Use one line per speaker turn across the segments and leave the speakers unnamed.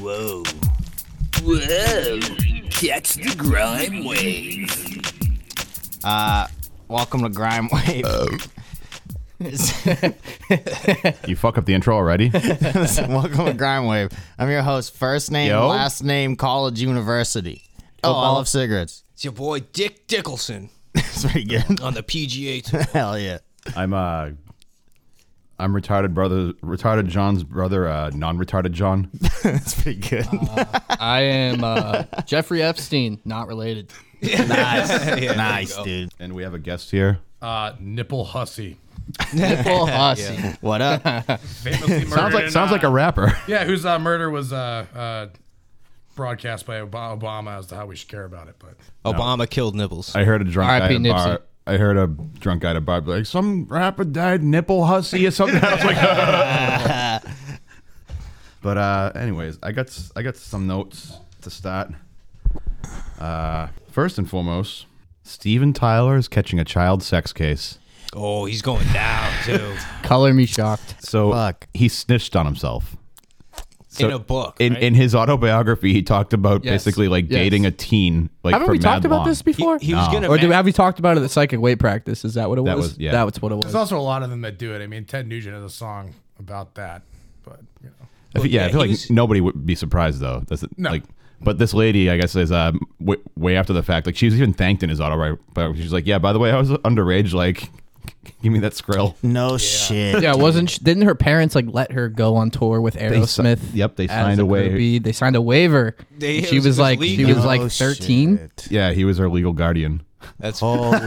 Whoa. Whoa. Catch the grime wave.
Uh, welcome to Grime Wave.
You fuck up the intro already?
welcome to Grime Wave. I'm your host, first name,
Yo.
last name, college, university. Oh, I love cigarettes.
It's your boy Dick Dickelson
It's pretty good.
on the PGA Tour.
Hell yeah.
I'm uh I'm retarded brother retarded John's brother, uh non retarded John.
It's pretty good.
I am uh, Jeffrey Epstein, not related.
nice. nice, dude.
And we have a guest here.
Uh, nipple hussy.
Full hussy.
What up?
Famously murdered
Sounds like
in,
sounds
uh,
like a rapper.
yeah. Whose uh, murder was uh, uh, broadcast by Ob- Obama as to how we should care about it. But
Obama killed Nibbles.
I heard a drunk guy
R.I.P.
at a bar.
Nipsey.
I heard a drunk guy at a bar be like some rapper died nipple hussy or something. I was like, but uh, anyways, I got s- I got some notes to start. Uh, first and foremost, Steven Tyler is catching a child sex case.
Oh, he's going down too.
Color me shocked.
So
Fuck.
he snitched on himself. So
in a book.
In,
right?
in his autobiography, he talked about
Yes.
basically like
Yes.
dating a teen. Like
Haven't
for
we
mad
talked about
long.
this
he,
before?
he was gonna.
Or did,
ma-
have we talked about it at psychic weight practice? Is that what it
That
was?
was- yeah.
That's what it was.
there's also a lot of them that do it. I mean, Ted Nugent has a song about that. But you know,
I feel- yeah,
yeah,
I feel
he
like
was-
nobody would be surprised though. That's
No.
like, but this lady, I guess, is um, w- way after the fact. Like she was even thanked in his autobiography. She's like, yeah, by the way, I was underage. Like, give me that skrill.
No shit.
Yeah, wasn't sh didn't her parents like let her go on tour with
si-
Aerosmith?
yep, they
as
signed
a
a wa-
groupie? They signed a waiver.
They-
she
it was
was like
legal. Oh,
she was
No
like thirteen.
shit.
Yeah, he was her legal guardian.
That's
Holy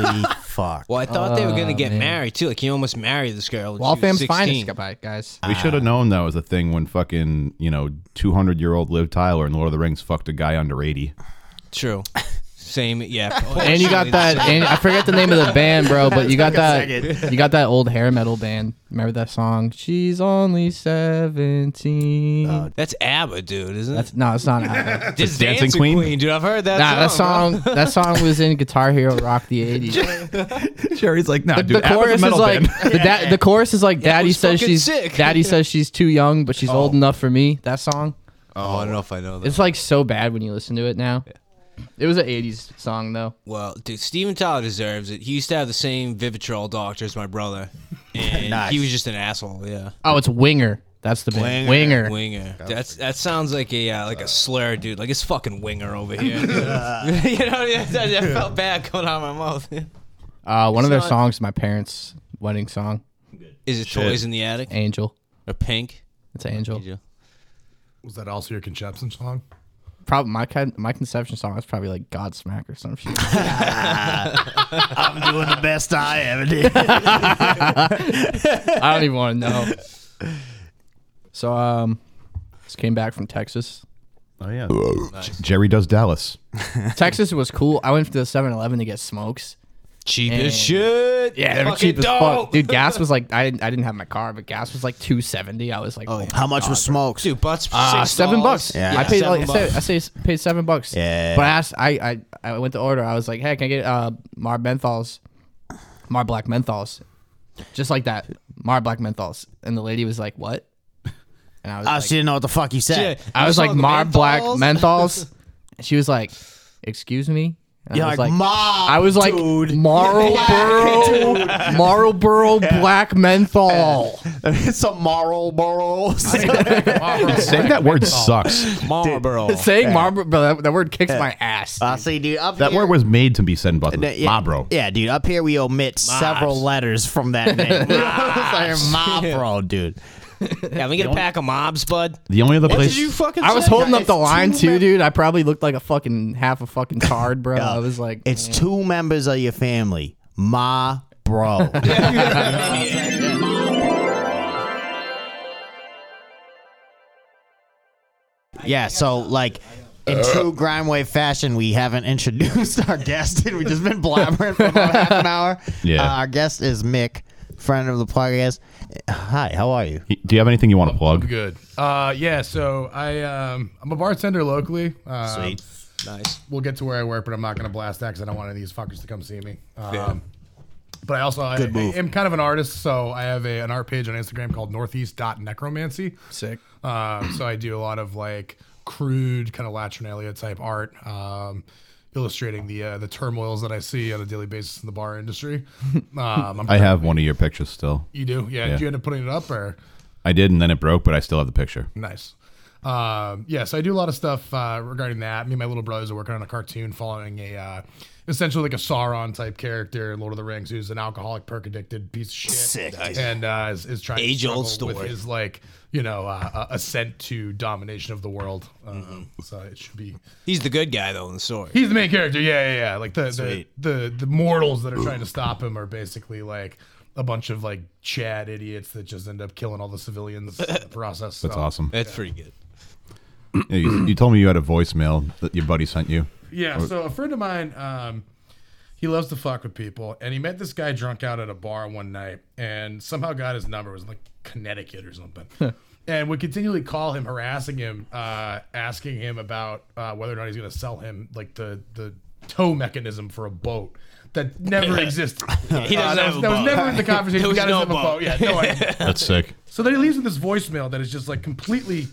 fuck.
well, I thought they were
Oh,
gonna get married too. Like he almost married this girl. when she was
Waltham's
16.
finest, goodbye, guys.
We should have known that was a thing when fucking you know two hundred year old Liv Tyler in Lord of the Rings fucked a guy under eighty.
True. Same. Yeah.
And you got that. And I forget the name of the band, bro, but you got that. You got that old hair metal band. Remember that song? She's only seventeen.
That's ABBA, dude, isn't it?
That's no, it's not. Nah,
That's this
Dancing Queen?
dude. I've heard that.
that
song,
song. That song was in Guitar Hero Rock the '80s.
Sherry's like, no, dude,
the chorus is like the, da- the chorus is like daddy
was
says
fucking
she's
sick. Oh.
daddy says she's too young but she's old enough for me that song
bro. Oh, I don't know if I know that.
it's like so bad when you listen to it now it was an 80s song though
Well, dude, Steven Tyler deserves it. He used to have the same Vivitrol doctor as my brother, and he was just an asshole. Yeah.
oh it's winger that's the band winger,
Winger. That's that sounds like a uh, like a slur, dude. Like it's fucking winger over here. you know, yeah, that, that felt bad coming out of my mouth.
Uh, one of their
not-
songs is my parents wedding song
Is it toys in the attic
angel
or pink?
it's angel
was that also your conception song?
probably my con- my conception song is probably like godsmack or some shit
I'm doing the best I ever did.
i don't even want to know so um just came back from texas
oh yeah, Jerry does Dallas.
texas was cool i went to the 7-eleven to get smokes
Cheap as shit.
Yeah, they were
Fucking
cheap as
dope.
fuck. Dude, gas was like I didn't I didn't have my car, but gas was like two seventy. I was like, oh,
How much was smokes?
Dude, butts
uh,
six
seven
dollars.
bucks. I paid
seven
like I said, I
bucks.
say s- paid seven bucks.
Yeah.
But I asked I, I I went to order. I was like, hey, can I get uh Mar menthols, Mar black menthols, just like that Mar black menthols. And the lady was like, what? And I was
Oh,
like,
she didn't know what the fuck you said.
Yeah,
I was
you
like
saw the
Mar black
menthols?
menthols. And she was like, excuse me. And
You're
I
like,
was like,
mom.
I was like Marlboro, Marlboro Black Menthol.
it's a Marlboro.
Saying that word sucks.
Marlboro.
Saying Marlboro, bro, that, that word kicks my
Uh,
ass.
I see, dude. Up
That
here,
word was made to be sent by
That- yeah,
Ma, bro.
Yeah, dude. Up here, we omit several letters from that name. It's like, Ma, bro, dude.
Yeah, let me get a pack of mobs, bud.
The only other place
fucking?
I was
say?
holding up the line too, dude. I probably looked like a fucking half a fucking card, bro. I was like,
Uh, It's two members of your family. Ma, bro. yeah, so, like. In true Grimewave fashion, we haven't introduced our guest, and we've just been blabbering for about half an hour.
Yeah.
Uh, our guest is Mick, friend of the podcast. Hi, how are you?
Do you have anything you want to
I'm
plug?
good. Uh, yeah. So I um, I'm a bartender locally. Um, Sweet.
Nice.
We'll get to where I work, but I'm not gonna blast that because I don't want any of these fuckers to come see me. Um, But I also I, I am kind of an artist, so I have a, an art page on Instagram called Northeast Necromancy.
sick.
Um, so I do a lot of like crude kind of latrinalia type art, um, illustrating the uh, the turmoils that I see on a daily basis in the bar industry. Um, I'm,
I have one of your pictures still.
You do, yeah. Did you end up putting it up or?
I did, and then it broke, but I still have the picture.
Nice. Um, yeah, so I do a lot of stuff uh, regarding that. Me and my little brothers are working on a cartoon following a uh, essentially like a Sauron type character in Lord of the Rings, who's an alcoholic, perk addicted piece of shit,
Sick.
and uh, is, is trying
Age-old
to struggle
story.
with his like you know uh, uh, ascent to domination of the world. Um,
Mm-hmm.
So it should be
He's the good guy though in the story.
He's the main character. Yeah, yeah, yeah. Like the the, the the mortals that are trying to stop him are basically like a bunch of like Chad idiots that just end up killing all the civilians in the process.
That's
so-
awesome.
That's pretty good.
Yeah, you, you told me you had a voicemail that your buddy sent you.
Yeah. So a friend of mine, um, he loves to fuck with people, and he met this guy drunk out at a bar one night, and somehow got his number. It was in, like Connecticut or something, and would continually call him, harassing him, uh, asking him about uh, whether or not he's going to sell him like the the tow mechanism for a boat. That never existed.
He doesn't
Uh, that
have
was,
a
that was
boat.
never in the conversation.
There
He
was
got us
no
him a
boat.
boat. Yeah, no idea.
That's sick.
So then he leaves with this voicemail that is just like completely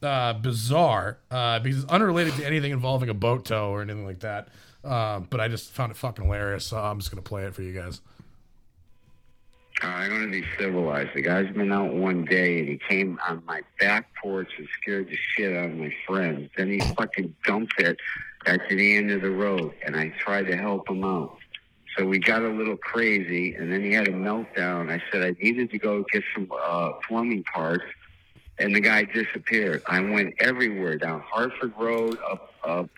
uh, bizarre uh, because it's unrelated to anything involving a boat tow or anything like that. Um, but I just found it fucking hilarious, so I'm just gonna play it for you guys.
I'm gonna be civilized. The guy's been out one day and he came on my back porch and scared the shit out of my friends. Then he fucking dumped it at the end of the road and I tried to help him out. So we got a little crazy and then he had a meltdown. I said I needed to go get some uh, plumbing parts and the guy disappeared. I went everywhere down Hartford Road, up, up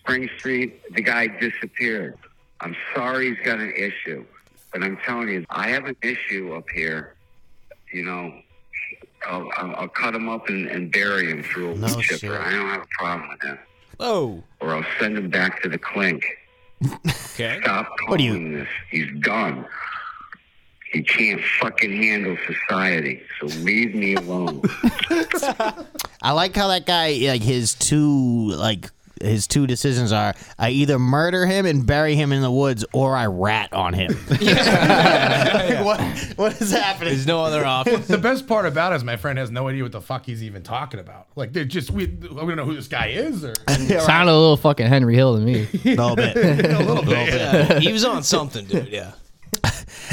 Spring Street. The guy disappeared. I'm sorry he's got an issue, but I'm telling you, I have an issue up here. You know, I'll, I'll, I'll cut him up and, and bury him through a wood chipper.
shit.
I don't have a problem with that.
Oh,
Or I'll send him back to the clink.
okay.
Stop calling
What do you-
this. He's done. He can't fucking handle society. So leave me alone.
I like how that guy like his two like his two decisions are I either murder him and bury him in the woods or I rat on him. Like, what what is happening?
There's no other option.
The best part about it is my friend has no idea what the fuck he's even talking about. Like they're just we, we don't know who this guy is or
Sounded a little fucking Henry Hill to me.
A little bit.
a little bit.
he was on something, dude. Yeah.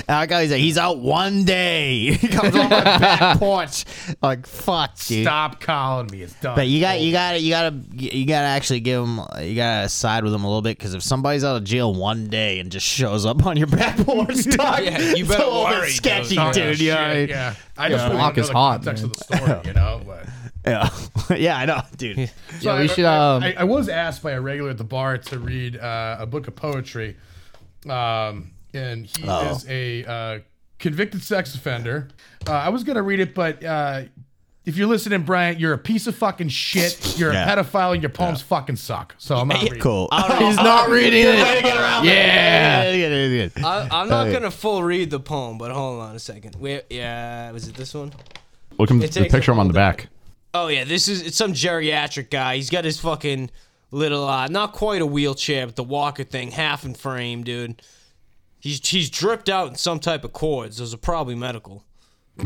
I like how he's like, he's out one day. He comes on my back porch. Like fuck, dude.
Stop calling me. It's done.
But you got you got you got to you got to actually give him you got to side with him a little bit because if somebody's out of jail one day and just shows up on your back porch, dog,
Yeah,
it's
you better
a little bit
worry, dude.
sketchy,
Oh,
dude.
shit,
you know what I mean?
yeah. I just
Walk
want to know
is
the
hot,
context
man.
of the story, you know. But.
Yeah, yeah, I know, dude.
So
Yeah, we
I,
should,
I-
um,
I, I was asked by a regular at the bar to read uh, a book of poetry, um, and he
Oh.
is a uh, convicted sex offender. Uh, I was gonna read it, but uh, if you're listening, Bryant, you're a piece of fucking shit. You're
Yeah.
a pedophile, and your poems fucking suck. So I'm not reading.
Cool.
He's not reading it. Yeah.
yeah.
I, I'm not gonna full read the poem, but hold on a second. Where? Yeah, was it this one?
Look at
It
the
takes
picture
a
I'm on the back.
Oh yeah, this is it's some geriatric guy. He's got his fucking little, uh, not quite a wheelchair, but the walker thing, half in frame, dude. He's he's dripped out in some type of cords. Those are probably medical. I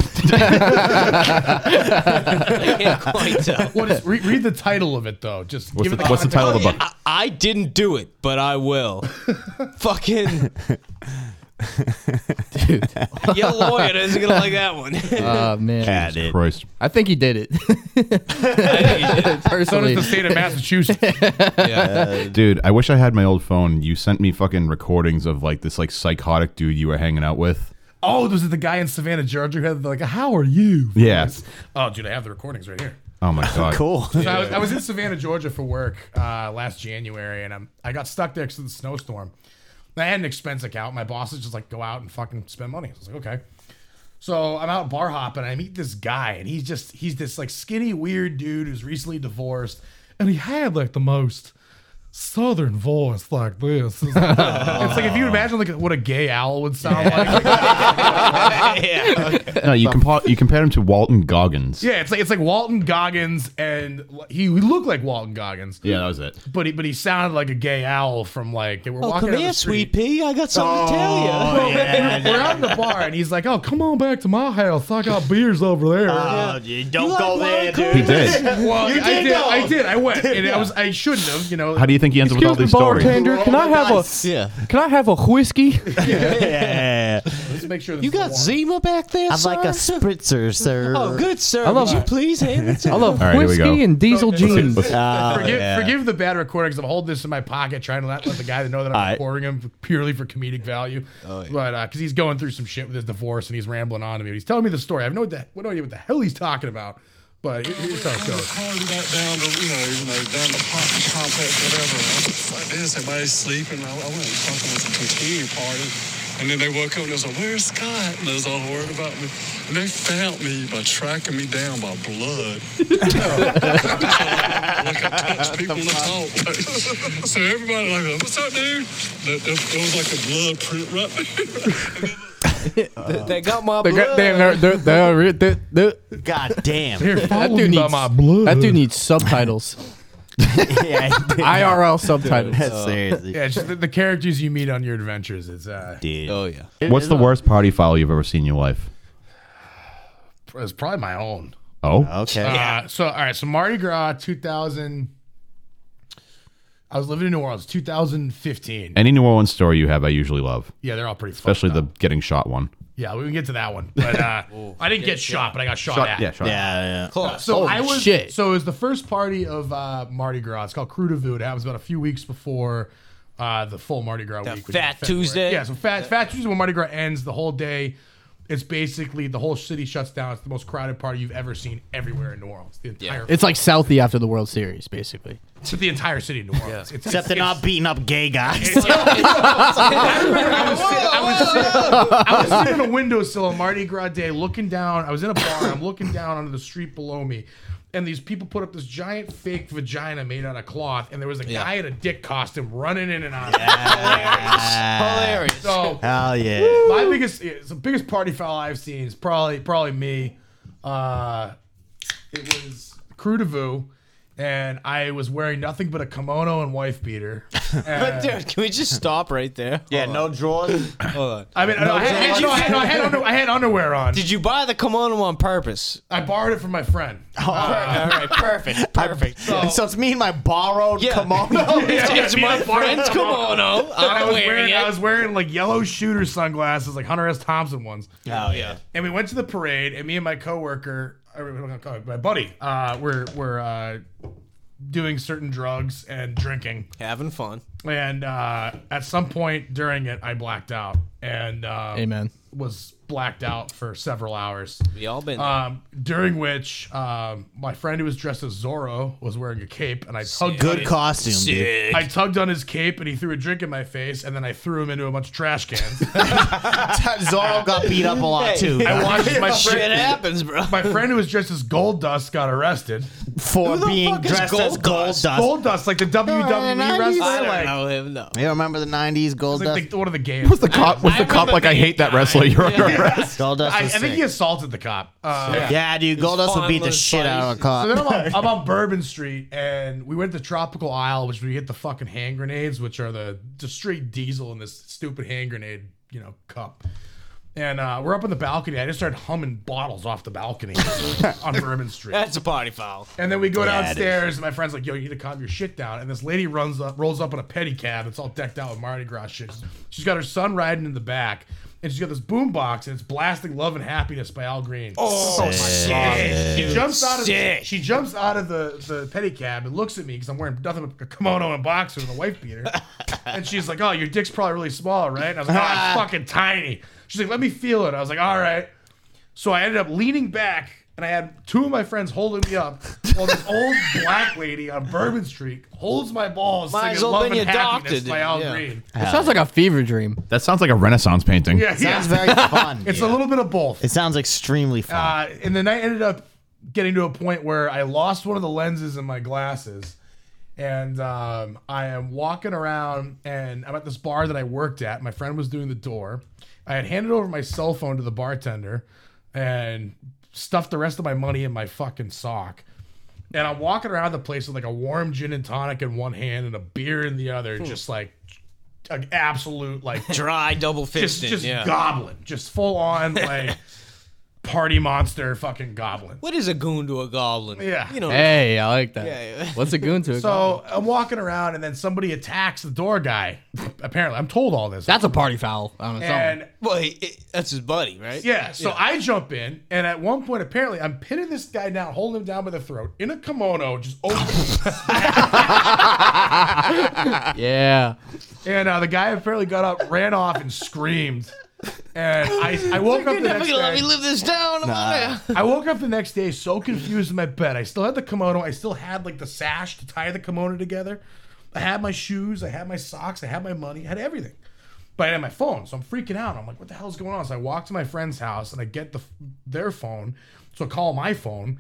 can't quite tell.
What is, read, read the title of it though. Just
What's
give
the,
it
what's the title of the book?
I, I didn't do it, but I will. Fucking. Dude. Your lawyer isn't going to like that one.
Uh,
Oh, man.
dude.
Christ.
I think he did it.
So does
Personally.
the state of Massachusetts.
Dude, I wish I had my old phone. You sent me fucking recordings of like this like psychotic dude you were hanging out with.
oh, this is the guy in Savannah, Georgia, who had like, "How are you?"
Yeah.
Oh, dude, I have the recordings right here.
Oh my god.
Cool.
So I, was, I was in Savannah, Georgia for work uh, last January, and I'm, I got stuck there because of the snowstorm. And I had an expense account. My boss is just like, go out and fucking spend money. I was like, okay. So I'm out bar hopping. I meet this guy, and he's just he's this like skinny, weird dude who's recently divorced, and he had like the most southern voice like this. It's like, if you imagine like what a gay owl would sound like.
No, you compare you compare him to Walton Goggins.
yeah, it's like it's like Walton Goggins, and he, he looked like Walton Goggins,
yeah, that was it.
but he but he sounded like a gay owl from like they were
Oh,
walking
come
down
here,
the
sweet
street.
pea. I got something to tell you.
Oh, yeah. We're out in the bar, and he's like, "Oh, come on back to my house. I got beers over there."
Oh, dude, don't
You
go
like
there,
He
dude.
did.
Uh, well,
you
I did.
did go.
I did. I went, and I was. I shouldn't have. You know.
How do you think he ends up with all
Excuse me,
these stories?
bartender. Can I have a
Yeah.
can I have a whiskey?
Yeah.
Let's make sure. This
You
is the
got
one.
Zima back there,
I'd
sir?
like a spritzer, sir.
Oh, good, sir.
love-
Would you please hand it to
I love
All right, here we
whiskey
go.
and diesel jeans.
Let's-
Oh,
Forgive,
yeah.
forgive the bad recordings. I'm holding this in my pocket, trying to not let the guy know that I'm
right.
recording him purely for comedic value. But because he's going through some shit with his divorce and he's rambling on to me, he's telling me the story. I have no, idea- no idea what the hell he's talking about. But here- here's how it goes.
Calling back down to, you know, you know, down to apartment complex, whatever. Like this, everybody's sleeping. I, I went and fucking with some continuing party. And then they woke up and they was like, where's Scott? And they was all worried about me. And they found me by tracking me down by blood. like I touched people in the talk. so everybody like, what's up, dude? There there was like a blood print right there. And then-
They got my
They got-
blood.
they- they're- they're- they're re- they're- they're-
God damn.
Here,
That
follow
dude
me by
needs
my blood.
that dude needs subtitles.
yeah, he did.
IRL subtitles.
Oh. Seriously.
Yeah, it's just the, the characters you meet on your adventures. It's uh,
Dude.
Oh yeah.
What's the worst party foul you've ever seen in your life?
it's probably my own.
Oh,
Okay.
Uh, so all right, so Mardi Gras 2000. I was living in New Orleans 2015.
any New Orleans story you have, I usually love,
Yeah, they're all pretty. fucked
especially
up.
the getting shot one.
Yeah, we can get to that one. But uh, I didn't get shot, but I got shot, at.
yeah, shot.
yeah, yeah.
So I was
shit.
so it was the first party of uh, Mardi Gras. It's called Crudavu. It happens about a few weeks before uh, the full Mardi Gras week. which is
Fat
February.
Tuesday?
Yeah, so Fat Fat Tuesday when Mardi Gras ends the whole day. It's basically the whole city shuts down. It's the most crowded party you've ever seen everywhere in New Orleans. The entire
It's like Southie after the World Series, basically.
it's the entire city of New Orleans. It's,
Except they're
it's-
not beating up gay guys.
I was, sitting, I, was sitting, I was sitting in a windowsill on Mardi Gras day looking down. I was in a bar. I'm looking down onto the street below me. And these people put up this giant fake vagina made out of cloth. And there was a guy in a dick costume running in and out.
Hilarious.
So
Hell yeah.
my biggest, it's the biggest party foul I've seen is probably probably me. Uh, it was Crew de Vue, and I was wearing nothing but a kimono and wife beater. And-
Dude, can we just stop right there?
Yeah, no drawers.
Hold on.
I mean, no, I, had, no, I, had, no, I, had under, I had underwear on.
Did you buy the kimono on purpose?
I borrowed it from my friend.
Oh, All right, perfect, perfect.
so it's me and my borrowed
Yeah.
kimono.
it's, it's
yeah,
my
yeah.
friend's kimono.
I
I'm
was
wearing,
wearing Uh,
it.
I was wearing like yellow shooter sunglasses, like Hunter S. Thompson ones.
Oh yeah.
And we went to the parade, and me and my coworker, or what am I gonna call it? my buddy, uh, were were uh, doing certain drugs and drinking.
Having fun.
And uh, at some point during it, I blacked out and uh,
Amen.
was blacked out for several hours.
We all been.
Um, during which um, my friend who was dressed as Zorro was wearing a cape, and I tugged on
Good
his-
costume, dude.
I tugged on his cape and he threw a drink in my face and then I threw him into a bunch of trash cans.
Zorro got beat up a lot too.
I watched my
Shit
friend,
happens, bro.
my friend who was dressed as Gold Dust got arrested.
For
the
being
fuck is
dressed as
Gold
Gold
Dust?
Dust.
Gold Dust, like the WWE
I
wrestler,
don't
like,
know him, no.
You remember the '90s Gold
like
Dust?
the, one of the games.
The cop was the cop like I hate that wrestler. You're under arrest.
Gold Dust.
I, I
was
think
sick.
he assaulted the cop. Uh,
Yeah, dude, Goldust would beat the
finally
shit out of a cop.
So then I'm on, I'm on Bourbon Street, and we went to Tropical Isle, which we hit the fucking hand grenades, which are the, the straight diesel in this stupid hand grenade, you know, cup. And uh, we're up on the balcony. I just started humming bottles off the balcony on Bourbon Street.
That's a party foul.
And then we go downstairs, and my friend's like, "Yo, you need to calm your shit down." And this lady runs up, rolls up in a pedicab. It's all decked out with Mardi Gras shit. She's got her son riding in the back, and she's got this boombox, and it's blasting "Love and Happiness" by Al Green.
Oh, shit.
she jumps out of
sick.
she jumps out of the the pedicab and looks at me because I'm wearing nothing but a kimono and boxers and a wife beater, and she's like, "Oh, your dick's probably really small, right?" And I was like, "Oh, it's fucking tiny." She's like, "Let me feel it." I was like, "All right." So I ended up leaning back, and I had two of my friends holding me up while this old black lady on Bourbon Street holds my balls.
Might as
singing
well
Love
been
and
your
Happiness
doctor,
by
dude.
Al
Yeah.
Green.
It sounds like a fever dream.
That sounds like a Renaissance painting.
Yeah, yeah.
Sounds very fun.
It's a little bit of both.
it sounds extremely fun.
Uh, and the night ended up getting to a point where I lost one of the lenses in my glasses, and um, I am walking around, and I'm at this bar that I worked at. My friend was doing the door. I had handed over my cell phone to the bartender, and stuffed the rest of my money in my fucking sock. And I'm walking around the place with like a warm gin and tonic in one hand and a beer in the other, just like an absolute like
Dry double
just
fisting.
just
yeah.
goblin, just full on like party monster fucking goblin.
What is a goon to a goblin?
Yeah.
You know.
Hey, I like that.
Yeah, yeah.
What's a goon to? a goblin?
So I'm walking around and then somebody attacks the door guy. Apparently, I'm told all this.
that's a party foul on its own.
and
Well, he, it- that's his buddy, right?
yeah, so I jump in, and at one point, apparently, I'm pinning this guy down, holding him down by the throat in a kimono, just open.
Yeah.
and uh, the guy apparently got up, ran off, and screamed. And I, I woke up the
Never
next
gonna let me
day.
live this down. I'm outta here.
I woke up the next day so confused in my bed. I still had the kimono. I still had like the sash to tie the kimono together. I had my shoes. I had my socks. I had my money. I had everything. But I had my phone, so I'm freaking out. I'm like, what the hell's going on? So I walk to my friend's house and I get the their phone. So I call my phone.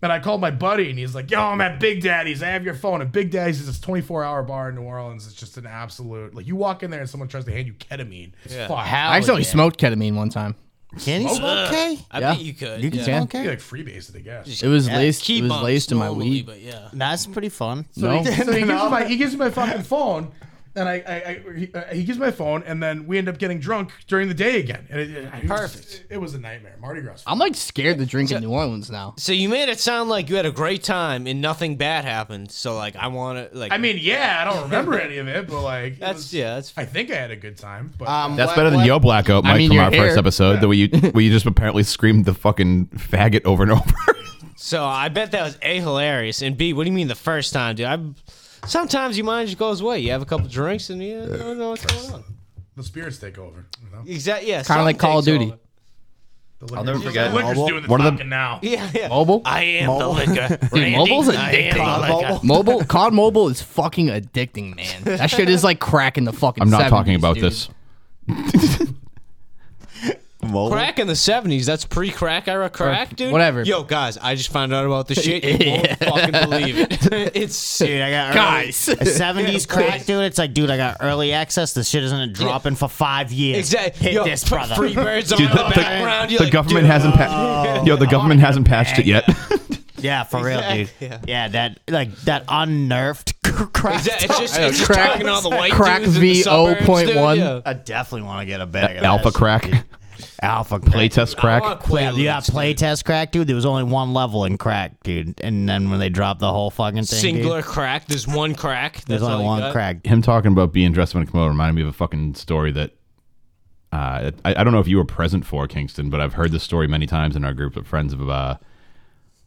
And I called my buddy and he's like, yo, I'm at Big Daddy's. I have your phone. And Big Daddy's is this 24 hour bar in New Orleans. It's just an absolute, like, you walk in there and someone tries to hand you ketamine. It's fuck.
Hell
I accidentally
yeah.
smoked ketamine one time.
Can you smoke K?
I
Yeah.
bet you could.
You can
yeah.
Yeah.
smoke
You
K?
like freebase it, I guess.
It was laced.
Key
it was
bumps
laced in my
normally,
weed.
But yeah.
That's pretty fun.
no.
so he gives, me my, he gives me my fucking phone, and I, I, I he, uh, he gives me my phone, and then we end up getting drunk during the day again. And it, it- it was-
Perfect.
It was a nightmare. Mardi Gras.
I'm like scared to drink in New Orleans now.
So you made it sound like you had a great time and nothing bad happened. So like I want to like.
I mean, yeah, I don't remember any of it, but like it
that's
was-
yeah. That's
I think I had a good time, but
Um,
That's better than your blackout, Mike,
I mean,
from
your
our
hair.
first episode, where you where you just apparently screamed the fucking faggot over and over.
so. I bet that was a hilarious and b. What do you mean the first time, dude? I sometimes your mind just goes away. You have a couple drinks and you don't know what's going on.
the spirits take over. You know?
Exactly. Yeah.
Kind
something
of like Call of
takes
Duty.
over.
the I'll
never forget-
The liquor's doing the
One of the-
talking now.
Yeah. Yeah.
Mobile?
I am the liquor.
Dude, mobile's
I am the
addicting.
liquor.
Mobile, COD Mobile is fucking addicting, man. That shit is like cracking the fucking.
I'm not
70s,
talking about
dude.
this.
Crack in the seventies. That's pre-crack era crack, dude.
whatever.
Yo, guys, I just found out about this shit. You won't fucking believe it. it's
Dude, I got
Guys.
early- a 70s crack, dude. It's like, dude, I got early access. This shit isn't dropping for five years.
exactly
Hit
Yo,
this,
put
brother.
Free birds on
Dude,
the,
the- the-
background. You're
the
like,
government
dude,
hasn't passed. Yo, the government hasn't passed it yet.
Yeah, for real, dude.
Exact-
Yeah.
yeah.
that like that unnerved crack.
Exactly. It's just,
I know,
it's just
crack-
talking to all the white
crack
dudes in the suburbs, dude.
VO.1.
Yeah.
I definitely want to get a bag of
Alpha
that shit,
crack,
dude. Alpha crack.
playtest
I
crack.
want
Yeah, you got
Quaaludes, dude.
playtest crack, dude. There was only one level in crack, dude. And then when they dropped the whole fucking thing, dude,
Singular crack. There's one crack.
there's
That's all
only
you
one
got.
crack.
him talking about being dressed up in a kimono reminded me of a fucking story that uh, I, I don't know if you were present for Kingston, but I've heard this story many times in our group of friends of uh,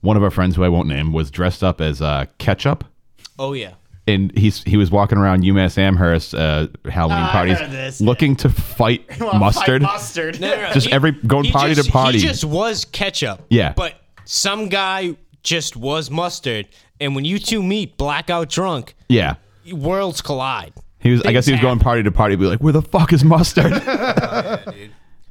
one of our friends who I won't name was dressed up as uh, ketchup.
Oh yeah.
And he's he was walking around UMass Amherst uh, Halloween parties,
Ah, heard of this, yeah.
looking to fight mustard.
mustard.
No, no, no.
Just every- going
he
party
just,
to party.
He just was ketchup.
Yeah.
But some guy just was mustard, and when you two meet, blackout drunk,
Yeah,
worlds collide.
he was. I guess he was going party to party, be like, "Where the fuck is mustard?"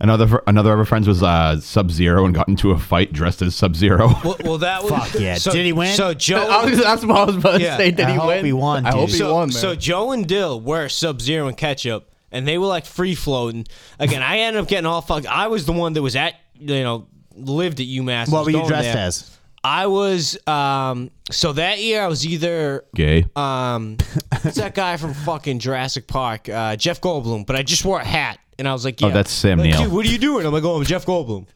Another fr- another of our friends was uh, Sub Zero and got into a fight dressed as Sub Zero.
Well, well that was
Fuck yeah.
So,
Did he win?
So
I was-
Joe.
that's what I was about to
Yeah.
say. Did
I
he
hope
win?
he won,
I
dude.
hope he
So,
won, man.
so Joe and Dill were Sub Zero and ketchup, and they were like free floating. Again, I ended up getting all fucked. I was the one that was at you know lived at UMass.
What
was
were you
going
dressed
there.
as?
I was um so that year I was either
Gay.
um what's that guy from fucking Jurassic Park, uh, Jeff Goldblum, but I just wore a hat and I was
Oh,
like, yeah.
that's Sam
like,
Neill.
Dude, what are you doing? I'm like, oh, I'm Jeff Goldblum.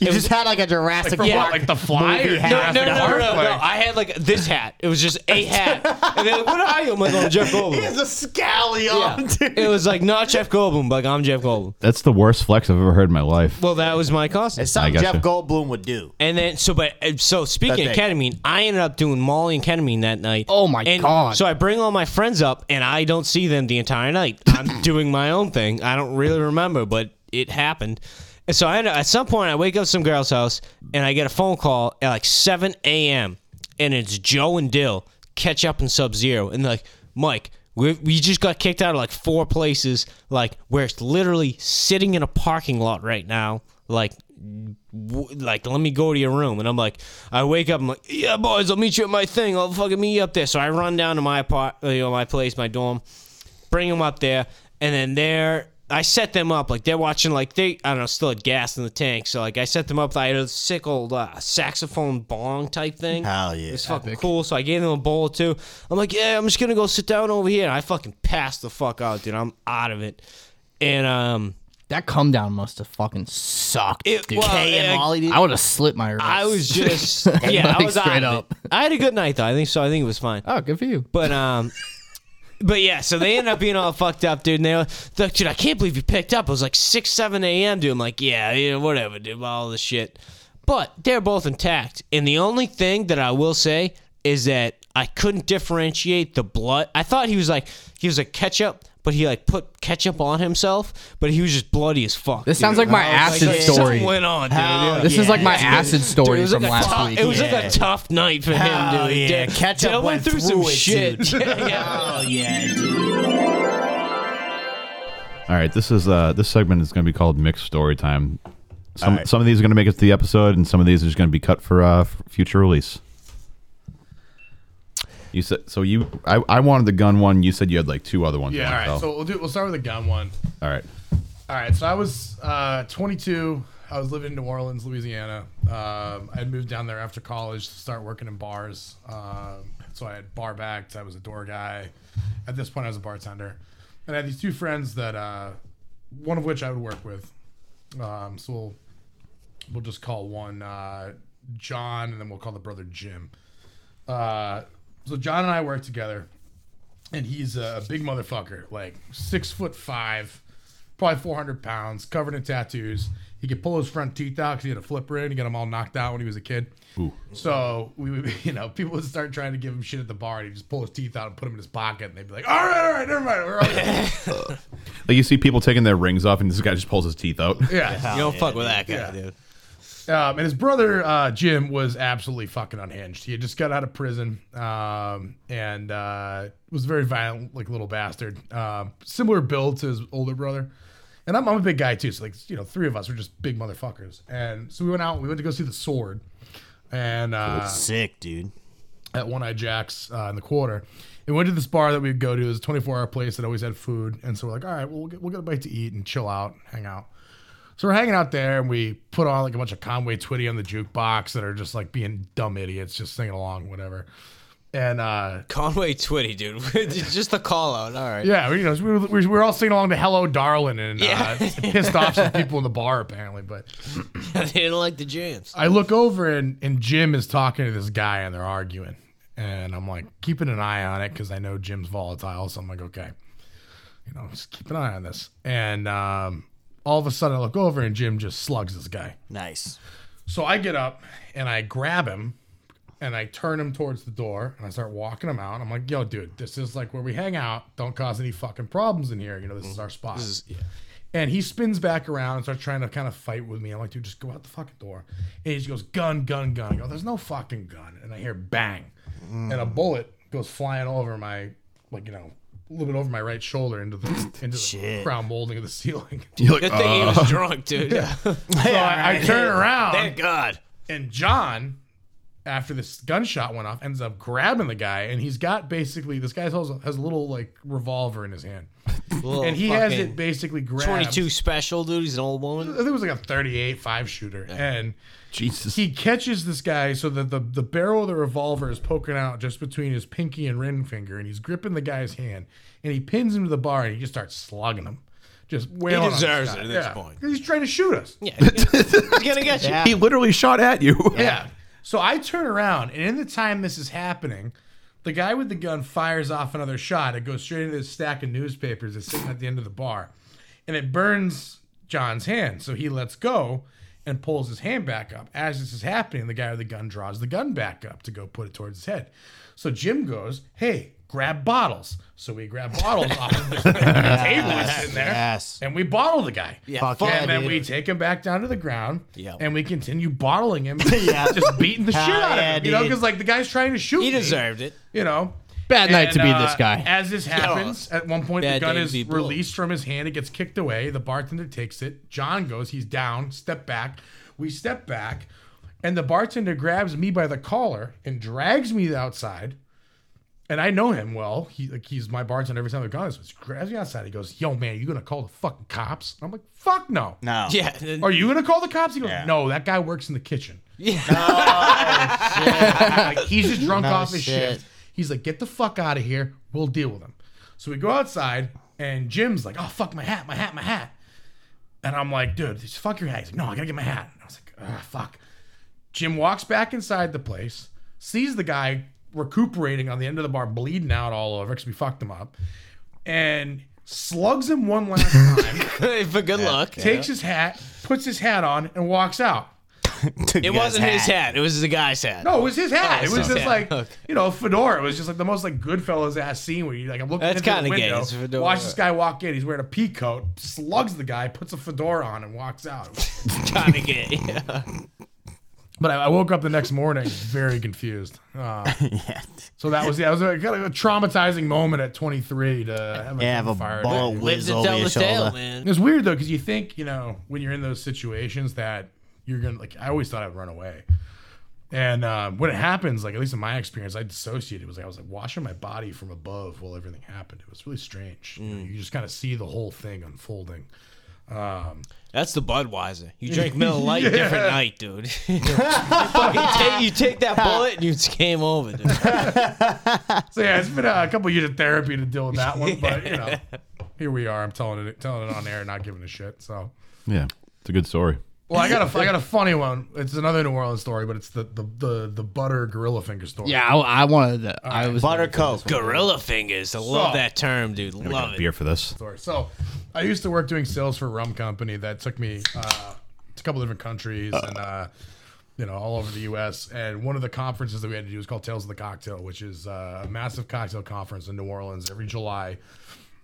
You just had like a Jurassic
From
Park.
what, like the fly? Or
Movie hat.
No, no, no, no, no, no,
Like-
I had like this hat. It was just a hat. And they're like, what are you? I'm like, oh, I'm Jeff Goldblum.
a scally
Yeah. It was like not Jeff Goldblum, but like, I'm Jeff Goldblum.
That's the worst flex I've ever heard in my life.
Well, that was my costume.
It's
I
something
gotcha.
Jeff Goldblum would do.
And then so, but uh, so speaking
That
of
day.
ketamine, I ended up doing Molly and ketamine that night.
Oh, my
And
God.
So I bring all my friends up, and I don't see them the entire night. I'm doing my own thing. I don't really remember, but it happened. And so I end up, at some point I wake up at some girl's house, and I get a phone call at like 7 a.m. And it's Joe and Dill catch up in Sub Zero, and they're like Mike. We, we just got kicked out of like four places. Like we're literally sitting in a parking lot right now. Like w- like, let me go to your room. And I'm like, I wake up, I'm like, yeah, boys, I'll meet you at my thing. I'll fucking meet you up there. So I run down to my apart, you know, my place, my dorm, bring them up there, and then they're. I set them up like they're watching like they I don't know still had gas in the tank so like I set them up I had a sick old uh, saxophone bong type thing
Hell yeah.
It was fucking cool. So I gave them a bowl or two. I'm like, yeah, I'm just gonna go sit down over here. And I fucking passed the fuck out, dude. I'm out of it. And um,
That come down must have fucking sucked.
it
dude.
well,
and
I-
Molly, dude.
I would have slit my wrist.
I was just yeah, I
Like,
was out
straight
of
up.
it. I had a good night though. I think so. I think it was fine.
Oh, good for you.
But um, but yeah, so they ended up being all fucked up, dude. And they were they're like, dude, I can't believe you picked up. It was like six, seven a.m. Dude, I'm like, yeah, yeah, whatever, dude, all this shit. But they're both intact. And the only thing that I will say is that I couldn't differentiate the blood. I thought he was like he was like ketchup, but he like put ketchup on himself, but he was just bloody as fuck.
This
dude.
sounds like my acid
Like,
story.
Something went on, dude.
Hell
Yeah.
This is
yeah.
like my acid
Dude,
story
it was
from
like a
last
tou-
week.
It was
Yeah.
like a tough night for
Hell
him, dude.
yeah.
Did-
Ketchup
Dylan
went
through
through
some
it,
shit.
dude.
yeah.
Oh yeah, dude.
All right, this is uh this segment is going to be called mixed story time. Some some of these are going to make it to the episode, and some of these are just going to be cut for uh f- future release. You said so. You I, I wanted the gun one. You said you had like two other ones.
Yeah,
on,
all right.
pal.
So we'll do. We'll start with the gun one.
all right.
All right, so I was uh, 22. I was living in New Orleans, Louisiana. Um, I had moved down there after college to start working in bars. Um, so I had bar backed. I was a door guy. At this point, I was a bartender, and I had these two friends that uh, one of which I would work with. Um, so we'll, we'll just call one uh, John, and then we'll call the brother Jim. Uh, so John and I worked together, and he's a big motherfucker, like six foot five, probably 400 pounds, covered in tattoos. He could pull his front teeth out because he had a flipper in. He got them all knocked out when he was a kid. So we, would, you know, people would start trying to give him shit at the bar, and he'd just pull his teeth out and put them in his pocket, and they'd be like, "All right, all right, never mind, we're all good."
Like you see people taking their rings off, and this guy just pulls his teeth out.
yeah."
You don't fuck with that guy,
Yeah.
dude.
Um, and his brother uh, Jim was absolutely fucking unhinged. He had just got out of prison um, and uh, was a very violent, like little bastard. Um, similar build to his older brother. And I'm, I'm a big guy too, so like you know, three of us were just big motherfuckers. And so we went out. We went to go see the sword, and uh,
Sick, dude.
at One Eye Jack's uh, in the quarter. And we went to this bar that we'd go to. It was a 24 hour place that always had food. And so we're like, all right, well, we'll get, we'll get a bite to eat and chill out, hang out. So we're hanging out there and we put on like a bunch of Conway Twitty on the jukebox that are just like being dumb idiots, just singing along, whatever. And uh,
Conway Twitty, dude. Just the call out. All right.
yeah, we- you know, we were, we were all singing along to Hello Darling and
Yeah.
uh, pissed off some people in the bar apparently. But
they didn't like the jams.
I look over and, and Jim is talking to this guy and they're arguing. And I'm like keeping an eye on it because I know Jim's volatile. So I'm like, okay, you know, just keep an eye on this. And um, all of a sudden I look over and Jim just slugs this guy.
Nice.
So I get up and I grab him and I turn him towards the door and I start walking him out. I'm like, yo, dude, this is like where we hang out. Don't cause any fucking problems in here. You know, Mm-hmm. this is our spot. And he spins back around and starts trying to kind of fight with me. I'm like, dude, just go out the fucking door. And he just goes, gun, gun, gun. I go, there's no fucking gun. And I hear bang. And a bullet goes flying over my, like, you know, a little bit over my right shoulder into the into the
Shit.
crown molding of the ceiling.
Good thing he
uh.
was drunk, dude. Yeah.
So I, I turn around.
Thank God.
And John, after this gunshot went off, ends up grabbing the guy, and he's got basically this guy has, has a little like revolver in his hand, and he has it basically grabbed.
Oh, Twenty-two special, dude. He's an old
I
woman.
think it was like a 38 five shooter, and
Jesus.
he catches this guy so that the, the barrel of the revolver is poking out just between his pinky and ring finger, and he's gripping the guy's hand, and he pins him to the bar, and he just starts slugging him, just wailing.
deserves
on
it
this
at
guy.
this
Yeah.
point.
'Cause He's trying to shoot us.
Yeah. He's gonna get you.
He literally shot at you.
Yeah. So I turn around, and in the time this is happening, the guy with the gun fires off another shot. It goes straight into this stack of newspapers that's sitting at the end of the bar, and it burns John's hand. So he lets go and pulls his hand back up. As this is happening, the guy with the gun draws the gun back up to go put it towards his head. So Jim goes, "Hey." Grab bottles. So we grab bottles off of the table that's sitting there,
Yes.
and we bottle the guy. Yeah,
Fuck
fuck
yeah,
and then
dude.
we take him back down to the ground,
Yeah.
and we continue bottling him,
Yeah.
just beating the shit
Hell
out
yeah,
of him. You know,
dude.
because like the guy's trying to shoot.
He
me,
deserved it.
You know,
Bad night to
And,
be
uh,
this guy.
As this happens, at one point the
Bad
gun
day to
is
be blue.
released from his hand. It gets kicked away. The bartender takes it. John goes. He's down. Step back. We step back, and the bartender grabs me by the collar and drags me outside. And I know him well. He like he's my bartender every time I've gone. So he grabs me outside. He goes, "Yo, man, you gonna call the fucking cops?" And I'm like, "Fuck no."
No.
Yeah.
Are you gonna call the cops? He goes, "No, that guy works in the kitchen." Oh, Like, he's just drunk
No
off his
shit.
shift. He's like, get the fuck out of here. We'll deal with him. So we go outside, and Jim's like, oh, fuck my hat, my hat, my hat. And I'm like, dude, just fuck your hat. He's like, no, I gotta get my hat. And I was like, ah, fuck. Jim walks back inside the place, sees the guy recuperating on the end of the bar, bleeding out all over because we fucked him up, and slugs him one last time,
For good luck.
takes his hat, puts his hat on, and walks out.
Took
It
his
wasn't his hat. It was the guy's hat.
No, it was his
Oh,
hat. it
it's
was
his
just
hat.
like
Okay.
you know, fedora. It was just like the most like Goodfellas ass scene where you like I'm looking
That's
into the
kinda gay,
window,
it's a fedora.
watch this guy walk in. He's wearing a pea coat, slugs the guy, puts a fedora on, and walks out.
Kind of gay. Yeah.
but I, I woke up the next morning very confused. Uh,
Yeah.
so that was yeah, it was a, kind of a traumatizing moment at 23 to have a,
Yeah, have a
fire.
bullet
Lives
whiz
to
over
tell
your
the tale,
shoulder.
It
man.
was weird though because you think you know when you're in those situations that you're gonna like. I always thought I'd run away, and uh, when it happens, like at least in my experience, I dissociated. It was like I was like watching my body from above while everything happened. It was really strange. You, know, you just kind of see the whole thing unfolding.
That's the Budweiser. You drink Miller Lite different night, dude. you, take, you take that bullet and you just came over, dude.
So yeah, it's been uh, a couple years of therapy to deal with that one, but you know, here we are. I'm telling it, telling it on air, not giving a shit. So.
Yeah, it's a good story.
Well, I got a, I got a funny one. It's another New Orleans story, but it's the the, the, the butter gorilla finger story.
Yeah, I, I wanted to. I was
Butter Coke.
Gorilla fingers. I love
So-
that term, dude. Love it.
Beer for this.
store. So I used to work doing sales for a rum company that took me uh, to a couple different countries and uh, you know all over the U.S. And one of the conferences that we had to do was called Tales of the Cocktail, which is uh, a massive cocktail conference in New Orleans every July.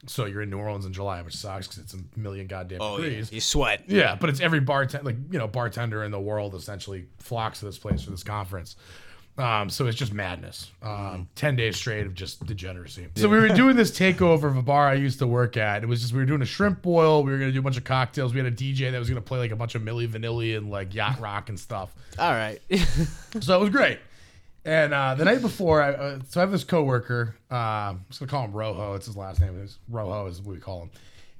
So you're in New Orleans in July, which sucks because it's a million goddamn
Oh, yeah.
degrees.
You sweat.
Yeah, but it's every bartender, like you know, bartender in the world essentially flocks to this place for this conference. Um, so it's just madness. Um, Ten days straight of just degeneracy. So we were doing this takeover of a bar I used to work at. It was just we were doing a shrimp boil. We were gonna do a bunch of cocktails. We had a DJ that was gonna play like a bunch of Milli Vanilli and like yacht rock and stuff.
All right.
So it was great. And uh, the night before, I, uh, so I have this coworker. Uh, I'm just gonna call him Rojo. It's his last name. It's Rojo is what we call him.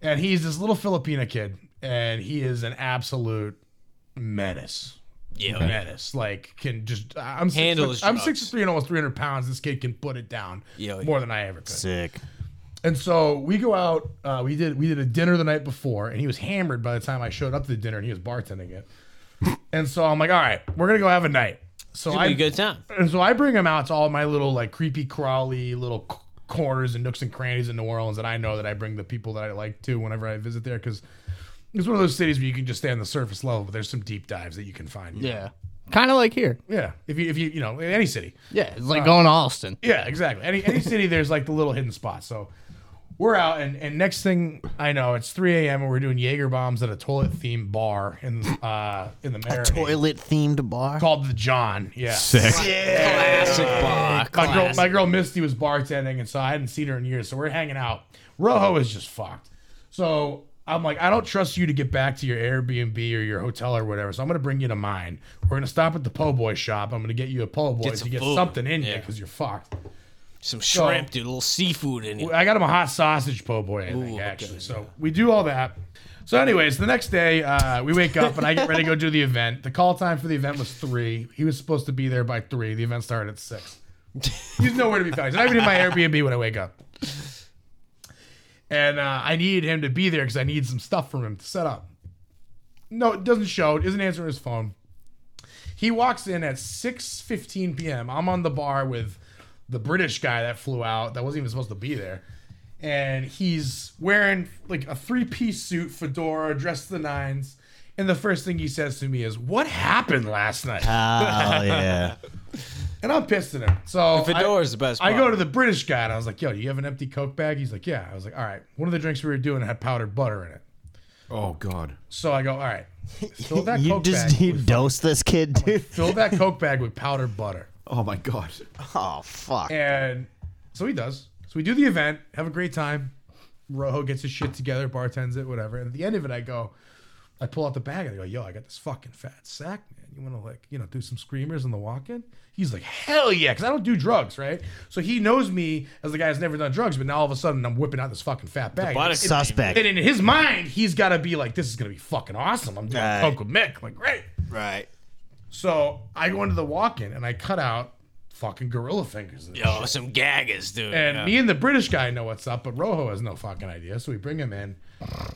And he's this little Filipino kid, and he is an absolute menace.
Yeah.
Menace. Like can just I'm six,
Handle his
I'm
drugs.
six three and almost 300 pounds. This kid can put it down
Yeah.
more than I ever could.
Sick.
And so we go out. Uh, we did we did a dinner the night before, and he was hammered by the time I showed up to the dinner, and he was bartending it. and so I'm like, all right, we're gonna go have a night. So
It'll
I
be a good time.
and so I bring him out to all my little like creepy crawly little c- corners and nooks and crannies in New Orleans that I know that I bring the people that I like to whenever I visit there because it's one of those cities where you can just stay on the surface level, but there's some deep dives that you can find.
yeah, kind of like here.
yeah. If you if you you know in any city,
Yeah, it's like going to Austin.
yeah, exactly. Any any city, there's like the little hidden spot. So we're out, and, and next thing I know, it's 3 a.m. and we're doing Jaeger bombs at a toilet themed bar in uh in the Marinade
Toilet themed bar.
called the John. Yeah.
Sick.
Classic bar.
My girl, my girl Misty was bartending, and so I hadn't seen her in years. So we're hanging out. Rojo is just fucked. So I'm like, I don't trust you to get back to your Airbnb or your hotel or whatever. So I'm gonna bring you to mine. We're gonna stop at the po' boy shop. I'm gonna get you a po' boy to
some
get
food.
something in you
Yeah.
because you're fucked.
Some shrimp, dude. A little seafood in it.
I got him a hot sausage po' boy, I think, actually. So we do all that. So, anyways, the next day uh, we wake up and I get ready to go do the event. The call time for the event was three. He was supposed to be there by three. The event started at six. He's nowhere to be found. He's not even in my Airbnb when I wake up. And uh, I needed him to be there because I need some stuff from him to set up. No, it doesn't show. It isn't answering his phone. He walks in at 6:15 p.m. I'm on the bar with the British guy that flew out that wasn't even supposed to be there. And he's wearing like a three-piece suit, fedora, dressed to the nines. And the first thing he says to me is, "What happened last night?"
Oh yeah.
and I'm pissed at him. So I-
Fedora's the best
I
part.
go to the British guy and I was like, "Yo, do you have an empty Coke bag?" He's like, "Yeah." I was like, "All right." One of the drinks we were doing had powdered butter in it.
Oh God.
So I go, "All right." Fill that
You
Coke
just
bag.
you dose this kid, dude.
Fill that Coke bag with powdered butter.
Oh my God.
Oh fuck.
And so he does. So we do the event, have a great time. Rojo gets his shit together, bartends it, whatever. And at the end of it, I go, I pull out the bag and I go, yo, I got this fucking fat sack, man. You want to like, you know, do some screamers in the walk-in? He's like, hell yeah, because I don't do drugs, right? So he knows me as the guy who's never done drugs, but now all of a sudden I'm whipping out this fucking fat bag.
body-
It-
Suspect.
and in his mind, he's got to be like, this is going to be fucking awesome. I'm doing
Right.
coke with Mick. Like, great.
Right.
So I go into the walk-in and I cut out fucking gorilla fingers. and
Yo, some gaggers, dude.
and
Yeah.
me and the British guy know what's up, but Rojo has no fucking idea. So we bring him in,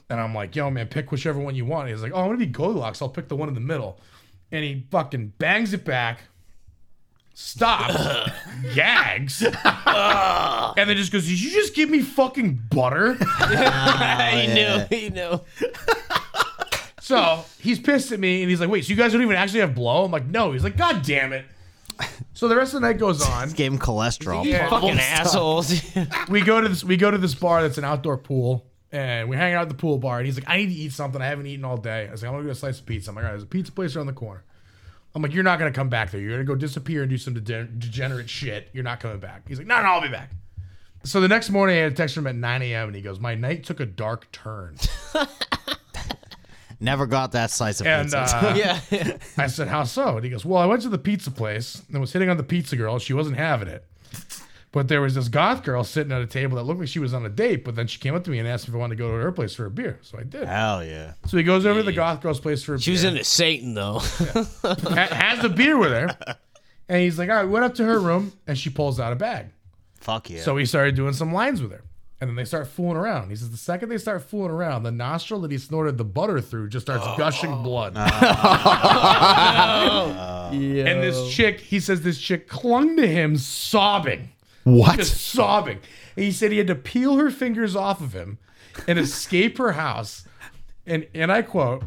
and I'm like, "Yo, man, pick whichever one you want." He's like, "Oh, I'm gonna be Goldilocks. I'll pick the one in the middle." And he fucking bangs it back, stops, gags, and then just goes, "Did you just give me fucking butter?"
he knew. He knew.
So he's pissed at me, and he's like, "Wait, so you guys don't even actually have blow?" I'm like, "No." He's like, "God damn it." So the rest of the night goes on.
Gave him cholesterol.
Fucking assholes.
we go to this we go to this bar that's an outdoor pool and we hang out at the pool bar and he's like i need to eat something i haven't eaten all day i was like i'm gonna go get a slice of pizza i'm like all right there's a pizza place around the corner i'm like you're not gonna come back there you're gonna go disappear and do some degen- degenerate shit you're not coming back he's like no no i'll be back so the next morning i had a text from him at 9 a.m and he goes my night took a dark turn
Never got that slice of
and
pizza.
uh,
yeah.
I said, "How so?" And he goes, "Well, I went to the pizza place and was hitting on the pizza girl. She wasn't having it, but there was this goth girl sitting at a table that looked like she was on a date. But then she came up to me and asked if I wanted to go to her place for a beer. So I did.
Hell yeah.
So he goes over to the goth girl's place for a
Ah. She
beer.
was into Satan, though.
ha- has a beer with her, and he's like, "All right." We went up to her room and she pulls out a bag.
Fuck yeah.
So he started doing some lines with her. And then they start fooling around. He says the second they start fooling around, the nostril that he snorted the butter through just starts gushing blood. And this chick, he says this chick clung to him sobbing.
What?
Just sobbing. And he said he had to peel her fingers off of him and escape her house. And and I quote,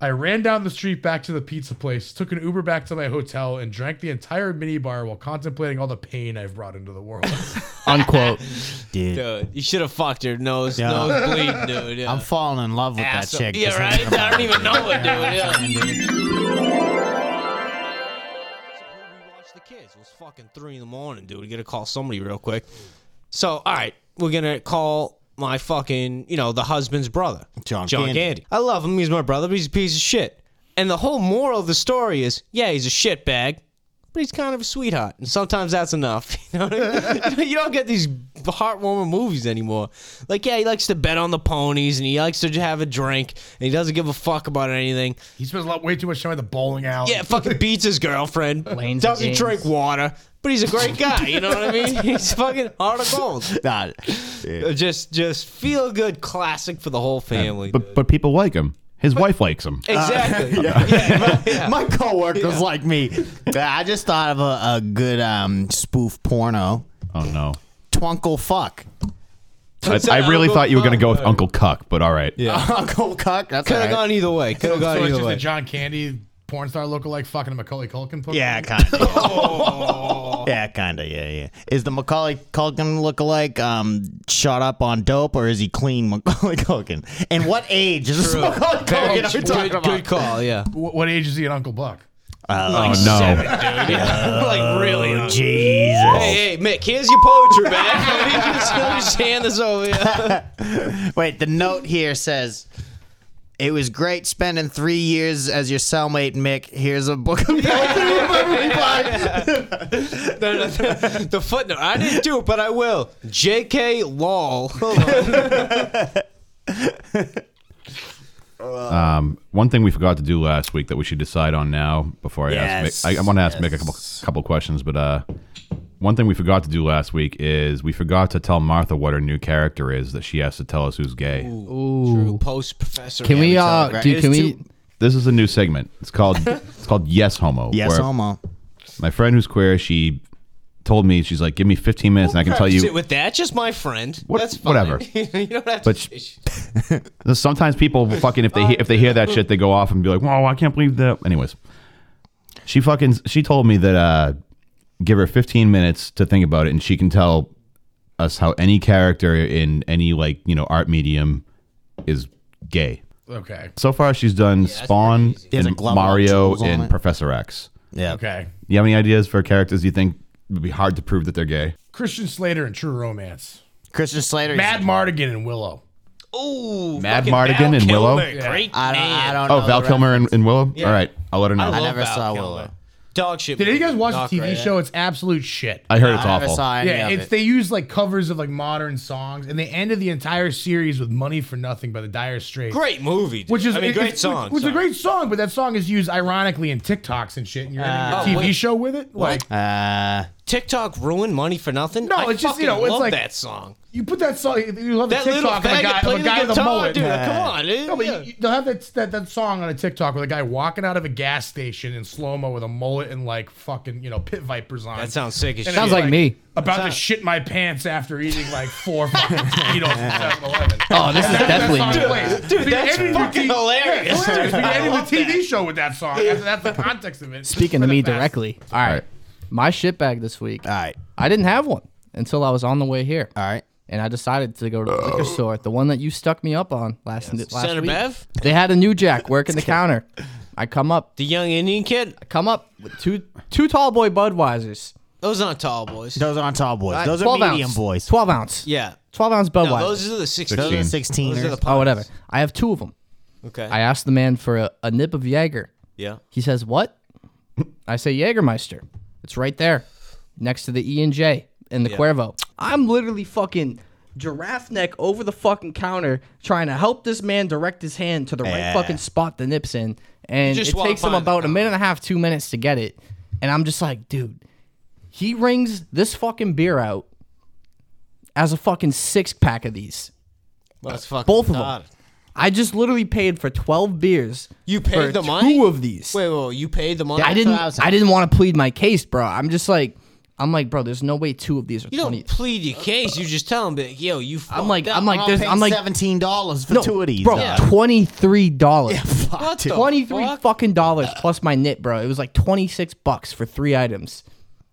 I ran down the street back to the pizza place, took an Uber back to my hotel, and drank the entire minibar while contemplating all the pain I've brought into the world.
Unquote.
dude.
dude, you should have fucked her nose,
Yeah.
nose bleeding, dude. Yeah.
I'm falling in love with
Asshole.
that chick.
Yeah,
just thinking
right? I
about it.
don't even know it, dude. Yeah. we watched the kids. It was fucking three in the morning, dude. We gotta call somebody real quick. So, all right, we're gonna call my fucking, you know, the husband's brother,
John
John
Candy.
Candy. I love him. He's my brother, but he's a piece of shit. And the whole moral of the story is, yeah, he's a shit bag, but he's kind of a sweetheart, and sometimes that's enough. You know, what I mean? you don't get these heartwarming movies anymore. Like, yeah, he likes to bet on the ponies, and he likes to have a drink, and he doesn't give a fuck about anything.
he spends a lot way too much time at the bowling alley.
Yeah, fucking beats his girlfriend.
Lanes and
doesn't
games.
drink water, but he's a great guy. You know what I mean? He's fucking heart of gold.
Nah,
Just, just feel good classic for the whole family.
But uh, but people like him. His wife likes him.
exactly. yeah. but- yeah.
My coworkers like me. I just thought of a, a good um, spoof porno.
Oh no.
Twinkle fuck.
I,
It's
I really
Uncle
thought you were gonna go with
Cuck.
Uncle Cuck, but all right. Yeah.
Uncle cuck. That's
Could
all
have
right.
gone either way. Could have
So
gone
it's
either
just a
way.
John Candy porn star lookalike fucking a Macaulay Culkin. put-
Yeah, kind of.
Oh.
Yeah, kind of. Yeah, yeah. Is the Macaulay Culkin lookalike um, shot up on dope, or is he clean Macaulay Culkin? And what age is this Macaulay Culkin? Are we
Good-
talking
good,
about?
call. Yeah.
Wh- What, age is he and Uncle Buck?
Oh no.
like really.
Oh, Jesus.
Hey, hey, Mick. Here's your poetry, man. Let me just, let me just hand this over. Yeah.
Wait, the note here says. It was great spending three years as your cellmate, Mick. Here's a book of
No, no, the, the footnote. I didn't do it, but I will. J.K. Lol. Hold on.
Um, one thing we forgot to do last week that we should decide on now before I
Yes.
ask Mick. I, I want to ask Mick a couple couple questions, but uh, one thing we forgot to do last week is we forgot to tell Martha what her new character is that she has to tell us who's gay.
True post professor.
Can we, uh,
telegraph.
dude, can
It's
we,
too-
This is a new segment. It's called it's called Yes Homo.
Yes,
where
homo.
My friend who's queer, she told me she's like, give me 15 minutes and I can tell
Sit
you.
with that. Just my friend.
What-
That's fine.
whatever.
you don't have
But
to.
sh- sometimes people will fucking if they he- if they hear that shit, they go off and be like, "Whoa, I can't believe that." Anyways, she fucking she told me that uh, give her 15 minutes to think about it, and she can tell us how any character in any like you know art medium is gay.
Okay.
So far, she's done Spawn
has a
and
glove on,
Mario
tools on
and
it.
Professor X.
Yeah.
Okay.
You have any ideas for characters you think would be hard to prove that they're gay?
Christian Slater and True Romance.
Christian Slater.
Mad Mardigan and Willow.
Oh,
Mad Mardigan and Willow?
I
Great
don't, I
man.
don't
Oh,
know
Val
the
Kilmer and, and Willow.
Yeah.
All right, I'll let her know.
I
I,
love
never
Val
saw
Kilmer.
Willow.
Dog shit.
Did any of you guys watch
Not
the TV
great.
show? It's absolute shit.
heard it's
I never
awful.
saw any
yeah,
of
it's
it.
they use like covers of like modern songs, and they ended the entire series with "Money for Nothing" by the Dire Straits.
Great movie. dude.
Which is
I mean,
it-
great
it's-
song.
Which, which is a
sorry.
great song, but that song is used ironically in TikToks and shit, and you're ending
Oh,
your TV
wait.
show with it. Like
uh,
TikTok ruined money for nothing.
No,
I
it's just,
fucking
you know, it's
love
like-
that song.
you put that song, you love the
That little
TikTok of a
faggot
guy, of a
playing
guy
the
with a
guitar,
mullet.
dude. Come on, dude.
No, but
Yeah.
you- you- they'll have that, that that song on a TikTok with a guy walking out of a gas station in slow mo with a mullet and like fucking you know pit vipers on.
That sounds sick as shit.
And it's
Sounds like me.
About to shit my pants after eating like four fucking Cheetos at 7-Eleven.
Oh, this is definitely
That's
me.
on place.
dude,
They
that's
ended the
fucking
T-
hilarious,
Yeah, hilarious.
dude.
They
I
ended
love
the TV
that.
show with that song. That's, that's the context of it.
Speaking to
For the
me
best.
directly. All
All
right.
right.
My shit bag this week.
all right,
I didn't have one until I was on the way here.
all right.
And I decided to go to the liquor store, the one that you stuck me up on last, last
Senator
week.
Bev,
They had a new jack working the counter. I come up,
the young Indian kid.
come up with two two tall boy Budweisers.
Those aren't tall boys.
Those aren't tall boys. Those are
12
medium
ounce,
boys.
12 ounce.
Yeah.
12 ounce Budweiser.
No, those are the 16.
Those are
16.
sixteen.
Those are the
oh, whatever. I have two of them.
Okay.
I asked the man for a, a nip of Jaeger.
yeah.
He says, "What?" I say, "Jägermeister." It's right there, next to the E and J and the Cuervo. I'm literally fucking giraffe neck over the fucking counter, trying to help this man direct his hand to the
Yeah.
right fucking spot the nips in, and
You just
it
walk
takes him
by the
about a
counter.
minute and a half, two minutes to get it, and I'm just like, dude, he rings this fucking beer out as a fucking six pack of these.
That's fucking
Both of them.
odd.
I just literally paid for twelve beers.
You
for
paid the
two
money?
of these.
Wait, wait, wait, you paid the money?
I didn't.
thousand.
I didn't want to plead my case, bro. I'm just like, I'm like, bro. There's no way two of these are
You
twenty.
don't plead your case. You just tell him, like, yo, you.
I'm like,
fucked
I'm
up.
like, there's, I'm like,
seventeen dollars for
no,
two of these.
bro.
dog.
Twenty three dollars.
what the
Twenty three
fuck?
fucking dollars plus my nip, bro. It was like twenty six bucks for three items.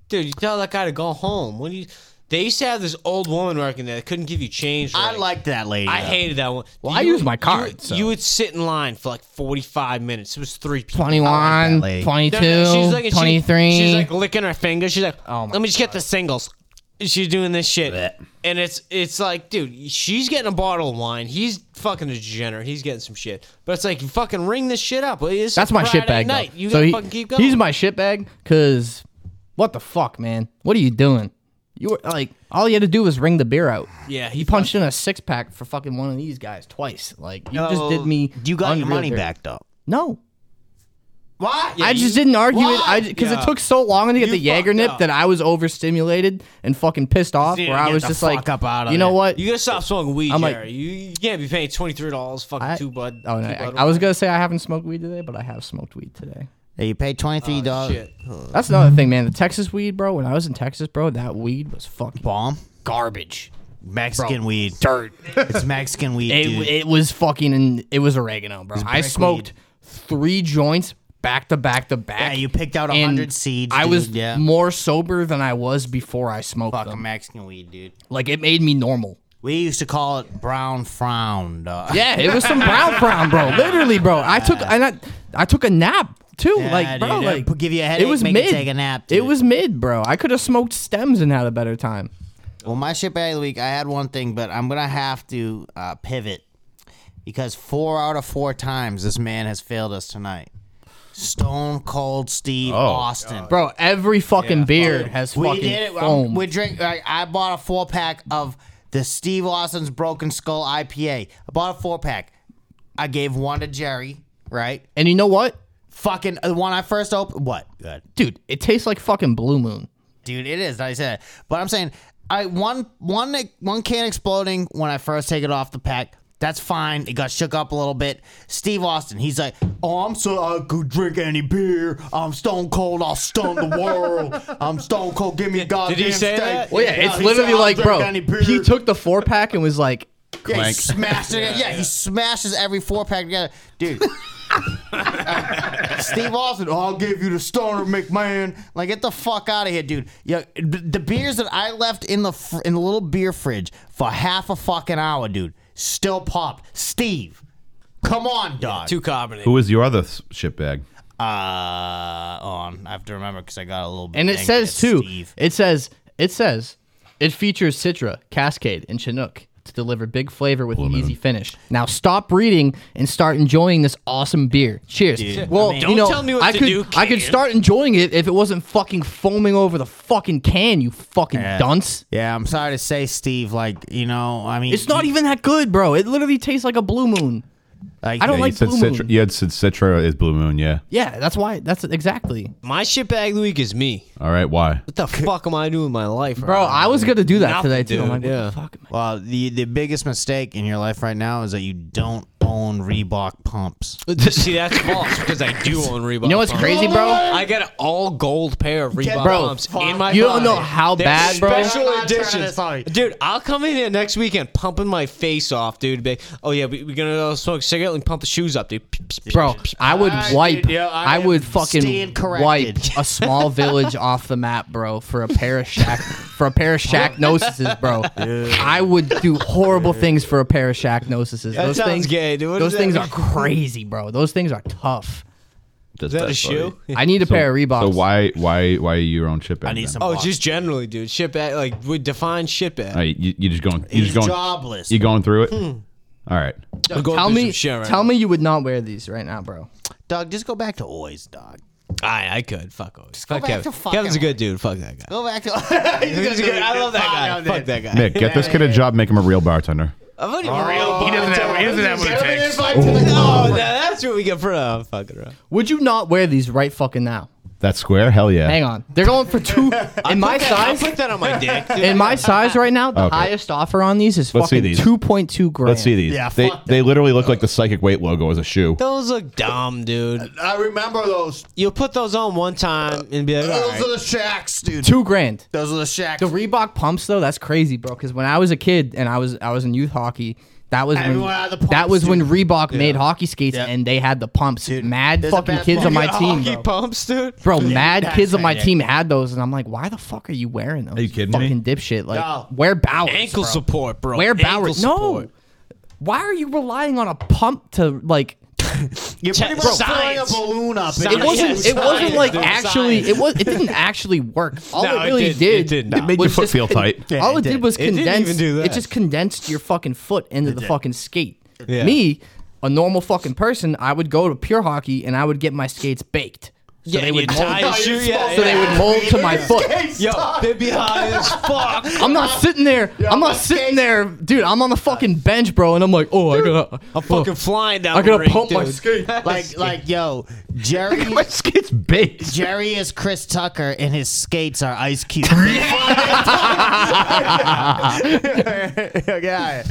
Dude, you tell that guy to go home. When you, they used to have this old woman working there that couldn't give you change.
I
right?
liked that lady.
I
though.
hated that one. Well,
I use my card,
You,
so.
you would sit in line for like 45 minutes. It was three people.
21,
lady.
22,
and she-
23.
she's like licking her finger. She's like,
Oh my
let me just get the singles. She's doing this shit, and it's it's like, dude, she's getting a bottle of wine. He's fucking degenerate. He's getting some shit, but it's like you fucking ring this shit up. It's
That's my
Friday
shit bag.
Night.
Though.
You
so
gotta
he-
fucking keep going.
He's my shit bag because what the fuck, man? What are you doing? You were like, all you had to do was ring the beer out.
Yeah,
he
he
you punched in a six pack for fucking one of these guys twice. Like Oh, you just did me.
Oh. You got your
unreal
money
dirt.
back though.
No,
Why? Yeah,
I
you-
just didn't argue it.
Why?
I because
Yeah.
it took so long to get
You
the Jaeger
fucked
nip
up.
that I was overstimulated and fucking pissed off.
need
Where
to
I
get
was
the
just like,
fuck up out of
you know
there.
what?
You gotta stop smoking weed,
I'm like-
Jerry. you, you can't be paying twenty three dollars fucking
I,
two bud.
oh, no,
two
I,
bud
I was gonna say I haven't smoked weed today, but I have smoked weed today.
Yeah, you paid twenty three dollars.
shit.
That's another thing, man. The Texas weed, bro. When I was in Texas, bro, that weed was fucking
Bomb.
garbage.
Mexican weed. Dirt. It's Mexican weed,
It,
dude.
it was fucking. It was oregano, bro. I
brick
smoked three joints back to back to back.
yeah, you picked out a
and
hundred seeds.
I
dude.
was
yeah.
more sober than I was before I smoked
fucking
them.
Mexican weed, dude.
Like it made me normal.
We used to call it brown frown, dog.
Yeah, it was some brown brown, bro. Literally, bro. I took and I, I took a nap too.
Yeah,
like, bro,
dude,
like
it'll give you a headache, make you take a nap,
It
dude.
was mid, bro. I could have smoked stems and had a better time.
Well, my shit bag of the week, I had one thing, but I'm gonna have to uh, pivot because four out of four times this man has failed us tonight. Stone Cold Steve Austin.
Oh. Bro, every fucking beard has
We
fucking
did it. I'm-
foam.
We drink. I, I bought a four pack of the Steve Austin's Broken Skull IPA. I bought a four pack. I gave one to Jerry. Right.
and you know what,
Fucking the one I first opened. What? Good.
dude? It tastes like fucking Blue Moon.
dude. It is. I said, it. but I'm saying, I one one one can exploding when I first take it off the pack. That's fine. It got shook up a little bit. Steve Austin, he's like, "Oh, I'm so I could drink any beer. I'm stone cold. I'll stone the world. I'm stone cold. Give me a goddamn
he say
steak."
that?
Well, yeah, it's
he
literally
said, "I'll
like,
drink
bro,
any beer."
he took the four pack and was like,
Yeah, he
Clank.
smashed it. Yeah, he smashes every four pack together, dude. Steve Austin, oh, I'll give you the stoner, McMahon. Like, get the fuck out of here, dude. Yeah, b- the beers that I left in the fr- in the little beer fridge for half a fucking hour, dude, still popped. Steve, come on, dog.
Too carbonated.
Who was your other s- shit bag?
uh, on. Uh, oh, I have to remember because I got a little. bit
and it
angry
says
at
too,
Steve.
it says, it says, it features Citra, Cascade, and Chinook. to deliver big flavor with an
Blue
easy
Moon.
finish. Now stop reading and start enjoying this awesome beer. Cheers. Well,
Don't
you know,
tell me what
I
to
could
do,
I could
Ken.
start enjoying it if it wasn't fucking foaming over the fucking can. You fucking dunce.
Yeah, I'm sorry to say, Steve. Like, you know, I mean,
It's not even that good, bro. It literally tastes like a blue moon.
Like,
I don't
Yeah,
like
you said
Blue
Citra-
Moon.
You had said Citra is Blue Moon, yeah.
Yeah, that's why. That's exactly.
My shit bag of the week is me.
All right, why?
What the fuck am I doing with my life,
Bro, I was gonna do that
Nothing,
today too.
dude.
I'm like, what
Yeah.
the fuck? am I-
Well, the the biggest mistake in your life right now is that you don't own Reebok pumps.
See, that's false because I do own Reebok.
You know what's
pumps.
crazy, bro?
I got an all gold pair of Reebok
Bro,
pumps in my.
you don't
closet.
know how
They're
bad, bro.
Special
I'm not turning
editions,
this on.
dude. I'll come in here next weekend pumping my face off, dude. Be- oh yeah, we, we're gonna go smoke a cigarette and pump the shoes up, dude.
Bro, I would wipe.
yeah, I
I, would
am
fucking
staying corrected.
wipe a small village off the map, bro, for a pair of shack for a pair of shack nosises, bro. I would do horrible things for a pair of shack nosises.
That
those
sounds
things,
gay, dude. What
those
is
things
that?
are crazy, bro. Those things are tough.
Is
that a shoe?
I need a pair of Reeboks.
So why why why your own chip bag?
I need
then?
some.
Oh,
box.
just generally, dude. Shit bag, like we define shit bag.
All right, you, you just going. You
He's
just going.
jobless.
You going through it? All right.
We're going
Tell
through
me,
some shit right
tell
now.
me you would not wear these right now, bro.
Doug, just go back to Oi's, dog.
I, I could. Fuck. Otis. Fuck
back
Kevin.
to fucking
Kevin's a good dude. Fuck that guy.
Go back to.
He's a good- I love that guy. Fuck that guy.
Nick, get this kid a job. Make him a real bartender.
I'm not even real.
He doesn't have, he doesn't have what it takes.
Oh, now that's what we get for uh, fucking around.
Would you not wear these right fucking now?
That square? Hell yeah.
Hang on, they're going for two. in my
I
size,
put that on my dick. dude.
in my size right now, the
Okay.
highest offer on these is
Let's see
fucking
these.
two point two grand.
Let's see these. Yeah, they they literally look like the psychic weight logo as a shoe.
Those look dumb, dude.
I remember those.
You'll put those on one time and be like, all right.
the shacks, dude.
Two grand.
Those are the shacks.
The Reebok pumps though, that's crazy, bro. Because when I was a kid and I was I was in youth hockey, that was when,
Everyone had the pumps,
that was when Reebok made hockey skates
Yep.
and they had the pumps. mad
there's a
fucking
bad
kids on my
fucking
team,
Hockey
bro.
pumps, dude.
Bro, mad
that's
kids on my
right, yeah.
team had those, and I'm like, why the fuck are you wearing those? Are
you kidding me?
fucking dipshit. Like,
No.
wear Bowers.
Ankle
bro.
support, bro.
Wear
Ankle
Bowers. No.
support.
Why are you relying on a pump to like?
You're pretty
Bro,
much filling a
science.
balloon up.
Science.
It wasn't.
Yes,
it wasn't
science,
like
dude,
actually.
science.
It was. It didn't actually work. All
No,
it
it
really
didn't,
did.
it didn't, no. It
made your
was
foot
just
feel
con-
tight. Yeah,
all
it
it did
did.
was
It didn't even
condense.
do
It
that.
just condensed your fucking foot into the fucking skate.
Yeah.
Me, a normal fucking person, I would go to pure hockey and I would get my skates baked. So
Yeah,
they would
you
mold.
tie a shoe, yeah,
so they
yeah.
would mold to my foot.
Yo, they'd be high as fuck.
I'm not sitting there. I'm not sitting there, dude. I'm on the fucking bench, bro, and I'm like, oh, I gotta,
I'm fucking flying down
I
the
gotta
rink,
pump my
dude.
skate.
like, like, yo, Jerry.
My skin's baked.
Jerry is Chris Tucker, and his skates are Ice Cube. yeah.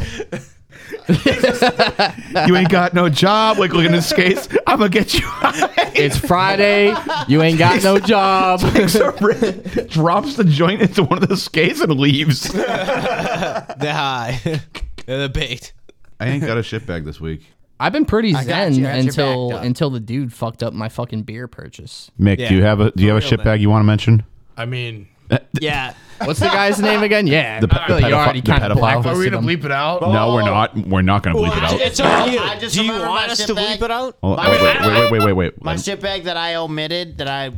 you ain't got no job. Like looking at his skates. I'm gonna get you.
It's Friday. You ain't got no job.
Drops the joint into one of the skates and leaves.
They're high. They're the bait.
I ain't got a shit bag this week.
I've been pretty zen
you. I got your
until
back, Doc.
until the dude fucked up my fucking beer purchase.
Mick,
Yeah.
do you have a do you have a
Real
shit
man.
bag you want to mention?
I mean,
Yeah.
What's the guy's name again? Yeah,
The pe-
I feel
the
like you
pedophile-
already
the
kind of
pedophile.
are we
blacklisted
gonna
him.
bleep it out?
No, we're not. We're not gonna bleep it out.
It's on you.
I just
Do you
remembered
want
my
us
shit
to
bag.
bleep it out?
Hold on, wait, wait, wait, wait, wait, wait.
My
Let-
shit bag that I omitted that I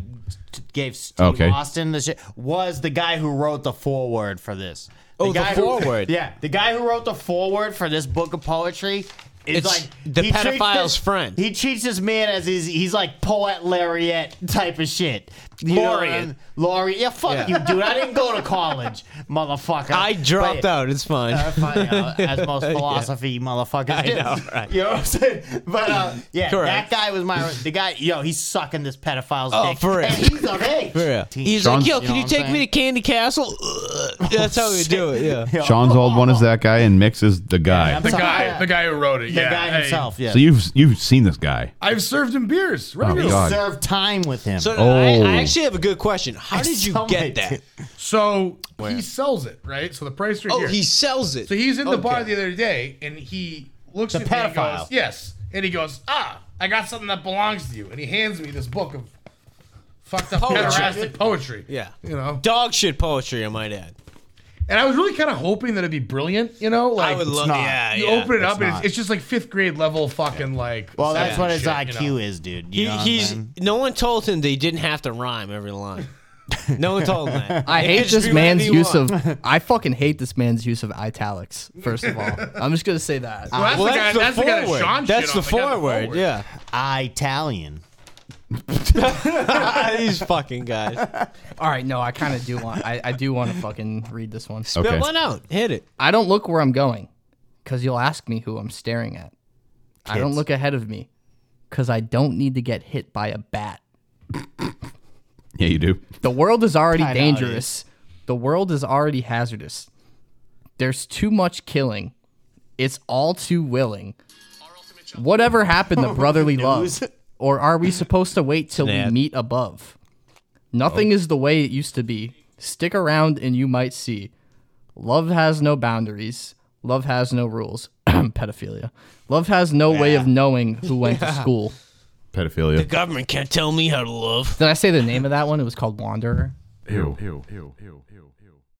t- gave Steve
Okay.
Austin the shit was the guy who wrote the foreword for this. The
Oh, the
guy who-
foreword.
yeah, the guy who wrote the foreword for this book of poetry is
It's
like
the
he treats
pedophile's
this-
friend.
He treats this man as he's he's like poet laureate type of shit. You know what I
Laureate.
mean? laureate. Yeah, fuck you,
Yeah.
dude. I didn't go to college, motherfucker.
I dropped
But-
out. It's fine.
uh, fine, uh, as most philosophy motherfuckers
I
do.
know, right.
You know what I'm saying? But uh, yeah, that
Correct.
guy was my the guy. Yo, he's sucking this pedophile's
Oh,
dick.
for real.
And he's of age.
For real. He's
Sean's-
like, yo,
You
can
know
you
what I'm
take me to
saying?
Candy Castle? Ugh. That's how we do it. Yeah.
Yo,
Sean's old one is that guy, and Mick's is the guy.
I'm
The
sorry.
guy, the guy who wrote it.
The
yeah,
guy
hey.
himself. Yeah.
So you've you've seen this guy.
I've served him beers.
Oh, my
Regularly.
God.
served time with him.
So
Oh.
I, I actually have a good question. How did you
Somebody
get that?
did.
So he sells it, right? So the price right
Oh,
here.
he sells it.
so he's in the bar
Okay.
the other day, and he looks
The
at me and
pedophile.
goes, "Yes," and he goes, "Ah, I got something that belongs to you," and he hands me this book of fucked up
Poetry.
pederastic poetry.
Yeah.
you know.
Dog shit poetry, I might add.
And I was really kind of hoping that it'd be brilliant, you know, like
I would love
not.
Yeah,
you
yeah.
open it up and
not.
it's, it's just like fifth grade level fucking like.
well, that's
seven
what his
shit,
IQ
you know?
is, dude. You
He,
know what I'm
he's
saying?
no one told him they didn't have to rhyme every line. No one told him that.
I
It
hate
could just
this
be whatever
man's
you
use
want.
of. I fucking hate this man's use of italics. First of all, I'm just gonna say that.
Well, that's,
Well,
the guy, that's the guy that
forward.
Sean shit
That's
on,
the
guy that
forward. Yeah,
Italian.
these fucking guys.
All right, no, I kind of do want. I, I do want to fucking read this one.
Spit
Okay.
one out. Hit it.
I don't look where I'm going, cause you'll ask me who I'm staring at. I don't look ahead of me, cause I don't need to get hit by a bat.
Yeah, you do.
The world is already
Kinda
dangerous. The world is already hazardous. There's too much killing. It's all too willing. Whatever happened to brotherly love? Or are we supposed to wait till we
Sad.
meet above? Nothing is the way it used to be. Stick around and you might see. Love has no boundaries. Love has no rules. Pedophilia. Love has no way of knowing who went to school.
Pedophilia.
Government can't tell me how to love.
Did I say the name of that one? It was called Wanderer.
Ew. Ew. Ew. Ew. Ew.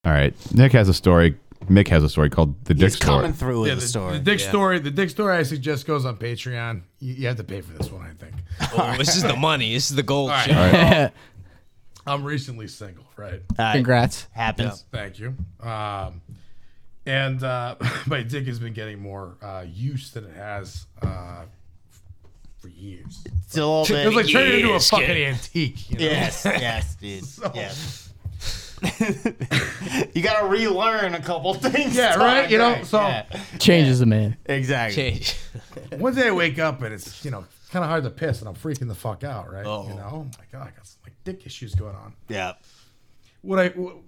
All right. Nick has a story. Mick has a story called the Dick
He's
Story.
coming through with
Yeah,
the,
the,
story.
the dick story. The dick story I suggest goes on Patreon. You, you have to pay for this one, I think.
Oh, this is the money. This is the gold.
All right.
shit.
I'm recently single, right?
Uh. Congrats.
Happens.
Thank you. Um, and uh, my dick has been getting more uh, use than it has uh, for years.
It's a little
It was
bit.
like turning into a
Yes,
fucking
kid.
antique. You know?
yes, yes, dude. Yes. you gotta relearn a couple things.
Yeah, right? You know, so-
Changes a man.
exactly.
Change.
One day I wake up and it's you know kind of hard to piss and I'm freaking the fuck out, right? You know, oh my god, I got some like dick issues going on.
Yeah.
What I w-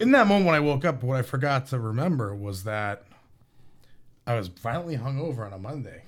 in that moment when I woke up, what I forgot to remember was that I was violently hungover on a Monday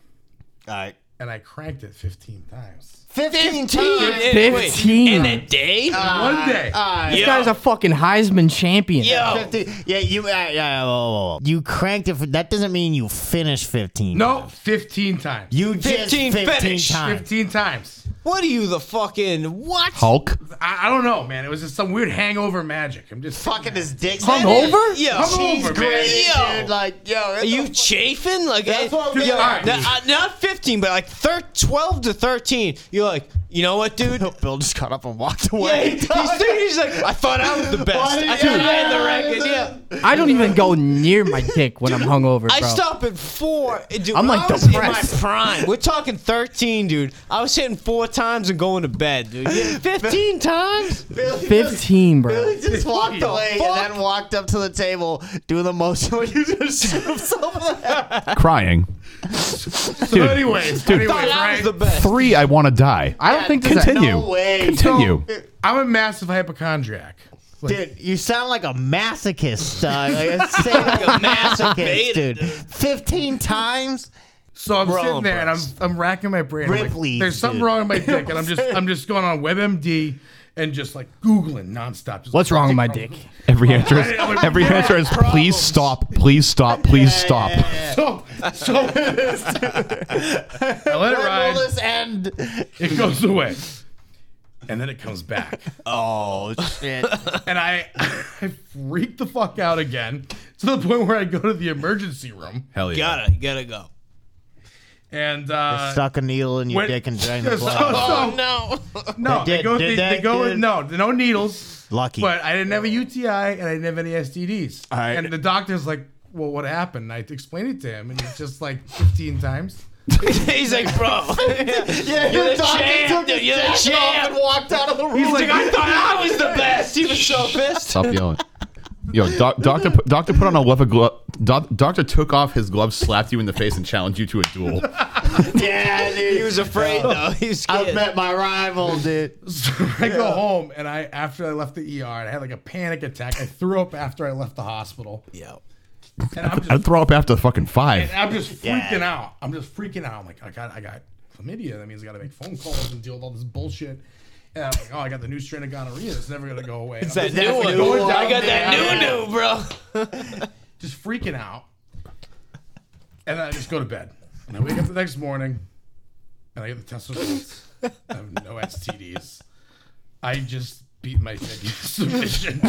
All right.
and I cranked it 15 times.
15, times.
Wait, wait.
15.
in a day. Uh,
One day,
This guy's a fucking Heisman champion.
Yo.
15. Yeah, you. Uh, yeah, whoa, whoa, whoa. You cranked it. For, that doesn't mean you finished 15.
no, 15 times.
You just
15
15,
finish.
times.
15 times.
What are you the fucking what?
Hulk.
I, I don't know, man. It was just some weird hangover magic. I'm just
Fucking his dick's
Hungover?
Yo,
Hungover, man.
Yo.
Dude, like, yo,
Are
it's
you
a-
chafing? Like,
That's
eh,
what I'm
yo,
getting
at.
not, uh, not 15, but like thir- 12 to 13. You're like, you know what, dude?
Bill just got up and walked
yeah,
away.
he- he's, dude, he's like, I thought I was the best.
did-
I thought I had the
yeah,
record. Yeah.
I don't even go near my dick when I'm hungover, bro.
I stop at four. and, Dude,
I'm,
when
like,
I was in my
depressed.
prime. We're talking 13, dude. I was hitting four times and going to bed, dude. Yeah, 15 times?
15,
Billy
bro.
just walked away and then walked up to the table, doing the most. you just shoot himself in the head.
Crying.
So anyways, anyways,
I was
right?
the best.
Three. I want to die.
I don't think this
Continue.
No way.
Continue.
I'm a massive hypochondriac.
Dude, you sound like a masochist. Uh, like a say like a masochist,
masturbator,
dude. Fifteen times.
So I'm
We're all
sitting there and I'm
impressed.
I'm racking my brain. I'm like,
Ripley's,
There's something
dude.
wrong with my dick, and I'm just I'm just going on WebMD and just like googling nonstop. Just
What's
like,
wrong with my dick?
Every answer is,
I'm like,
every answer is please stop, please stop, please stop.
So so I let it
When will
ride.
this end?
It goes away, and then it comes back,
Oh shit!
and I I freak the fuck out again to the point where I go to the emergency room
Hell yeah.
Gotta, gotta go.
and uh,
Stuck a needle in your
when-
dick and drain the
So-
blood.
Oh,
so-
No.
Oh, No,
They
they,
did-
go.
did
They, they
that,
go.
did-
With, no, no needles.
Lucky.
But I didn't have a UTI and I didn't have any STDs.
right.
And the doctor's like, "Well, what happened?" And I explained it to him, and it's just like 15 times.
He's like, bro.
Yeah,
You're the
doctor
champ,
took his
dude. You're the
jacket off
champ.
and walked out of the room.
He's like,
I thought I was the best. He was so pissed.
Stop yelling. Yo, doc, doctor, pu- doctor put on a leather glove. Doc, doctor took off his glove, slapped you in the face, and challenged you to a duel.
yeah, dude.
He was afraid though. He was
I've
scared.
met my rival, dude.
So I go home, and I after I left the ER, and I had like a panic attack. I threw up after I left the hospital,
Yo.
and I'm
I'd
just,
throw up after the fucking five.
and I'm just
Yeah.
freaking out. I'm just freaking out. I'm like, I got, I got chlamydia. That means I got to make phone calls and deal with all this bullshit. And I'm like, oh, I got the new strain of gonorrhea. It's never gonna go away.
That
I'm just-
new one.
going down
I got that
there.
new new, bro.
just freaking out. And then I just go to bed. And I wake up the next morning and I get the test results. I have no STDs. I just beat my dick into submission.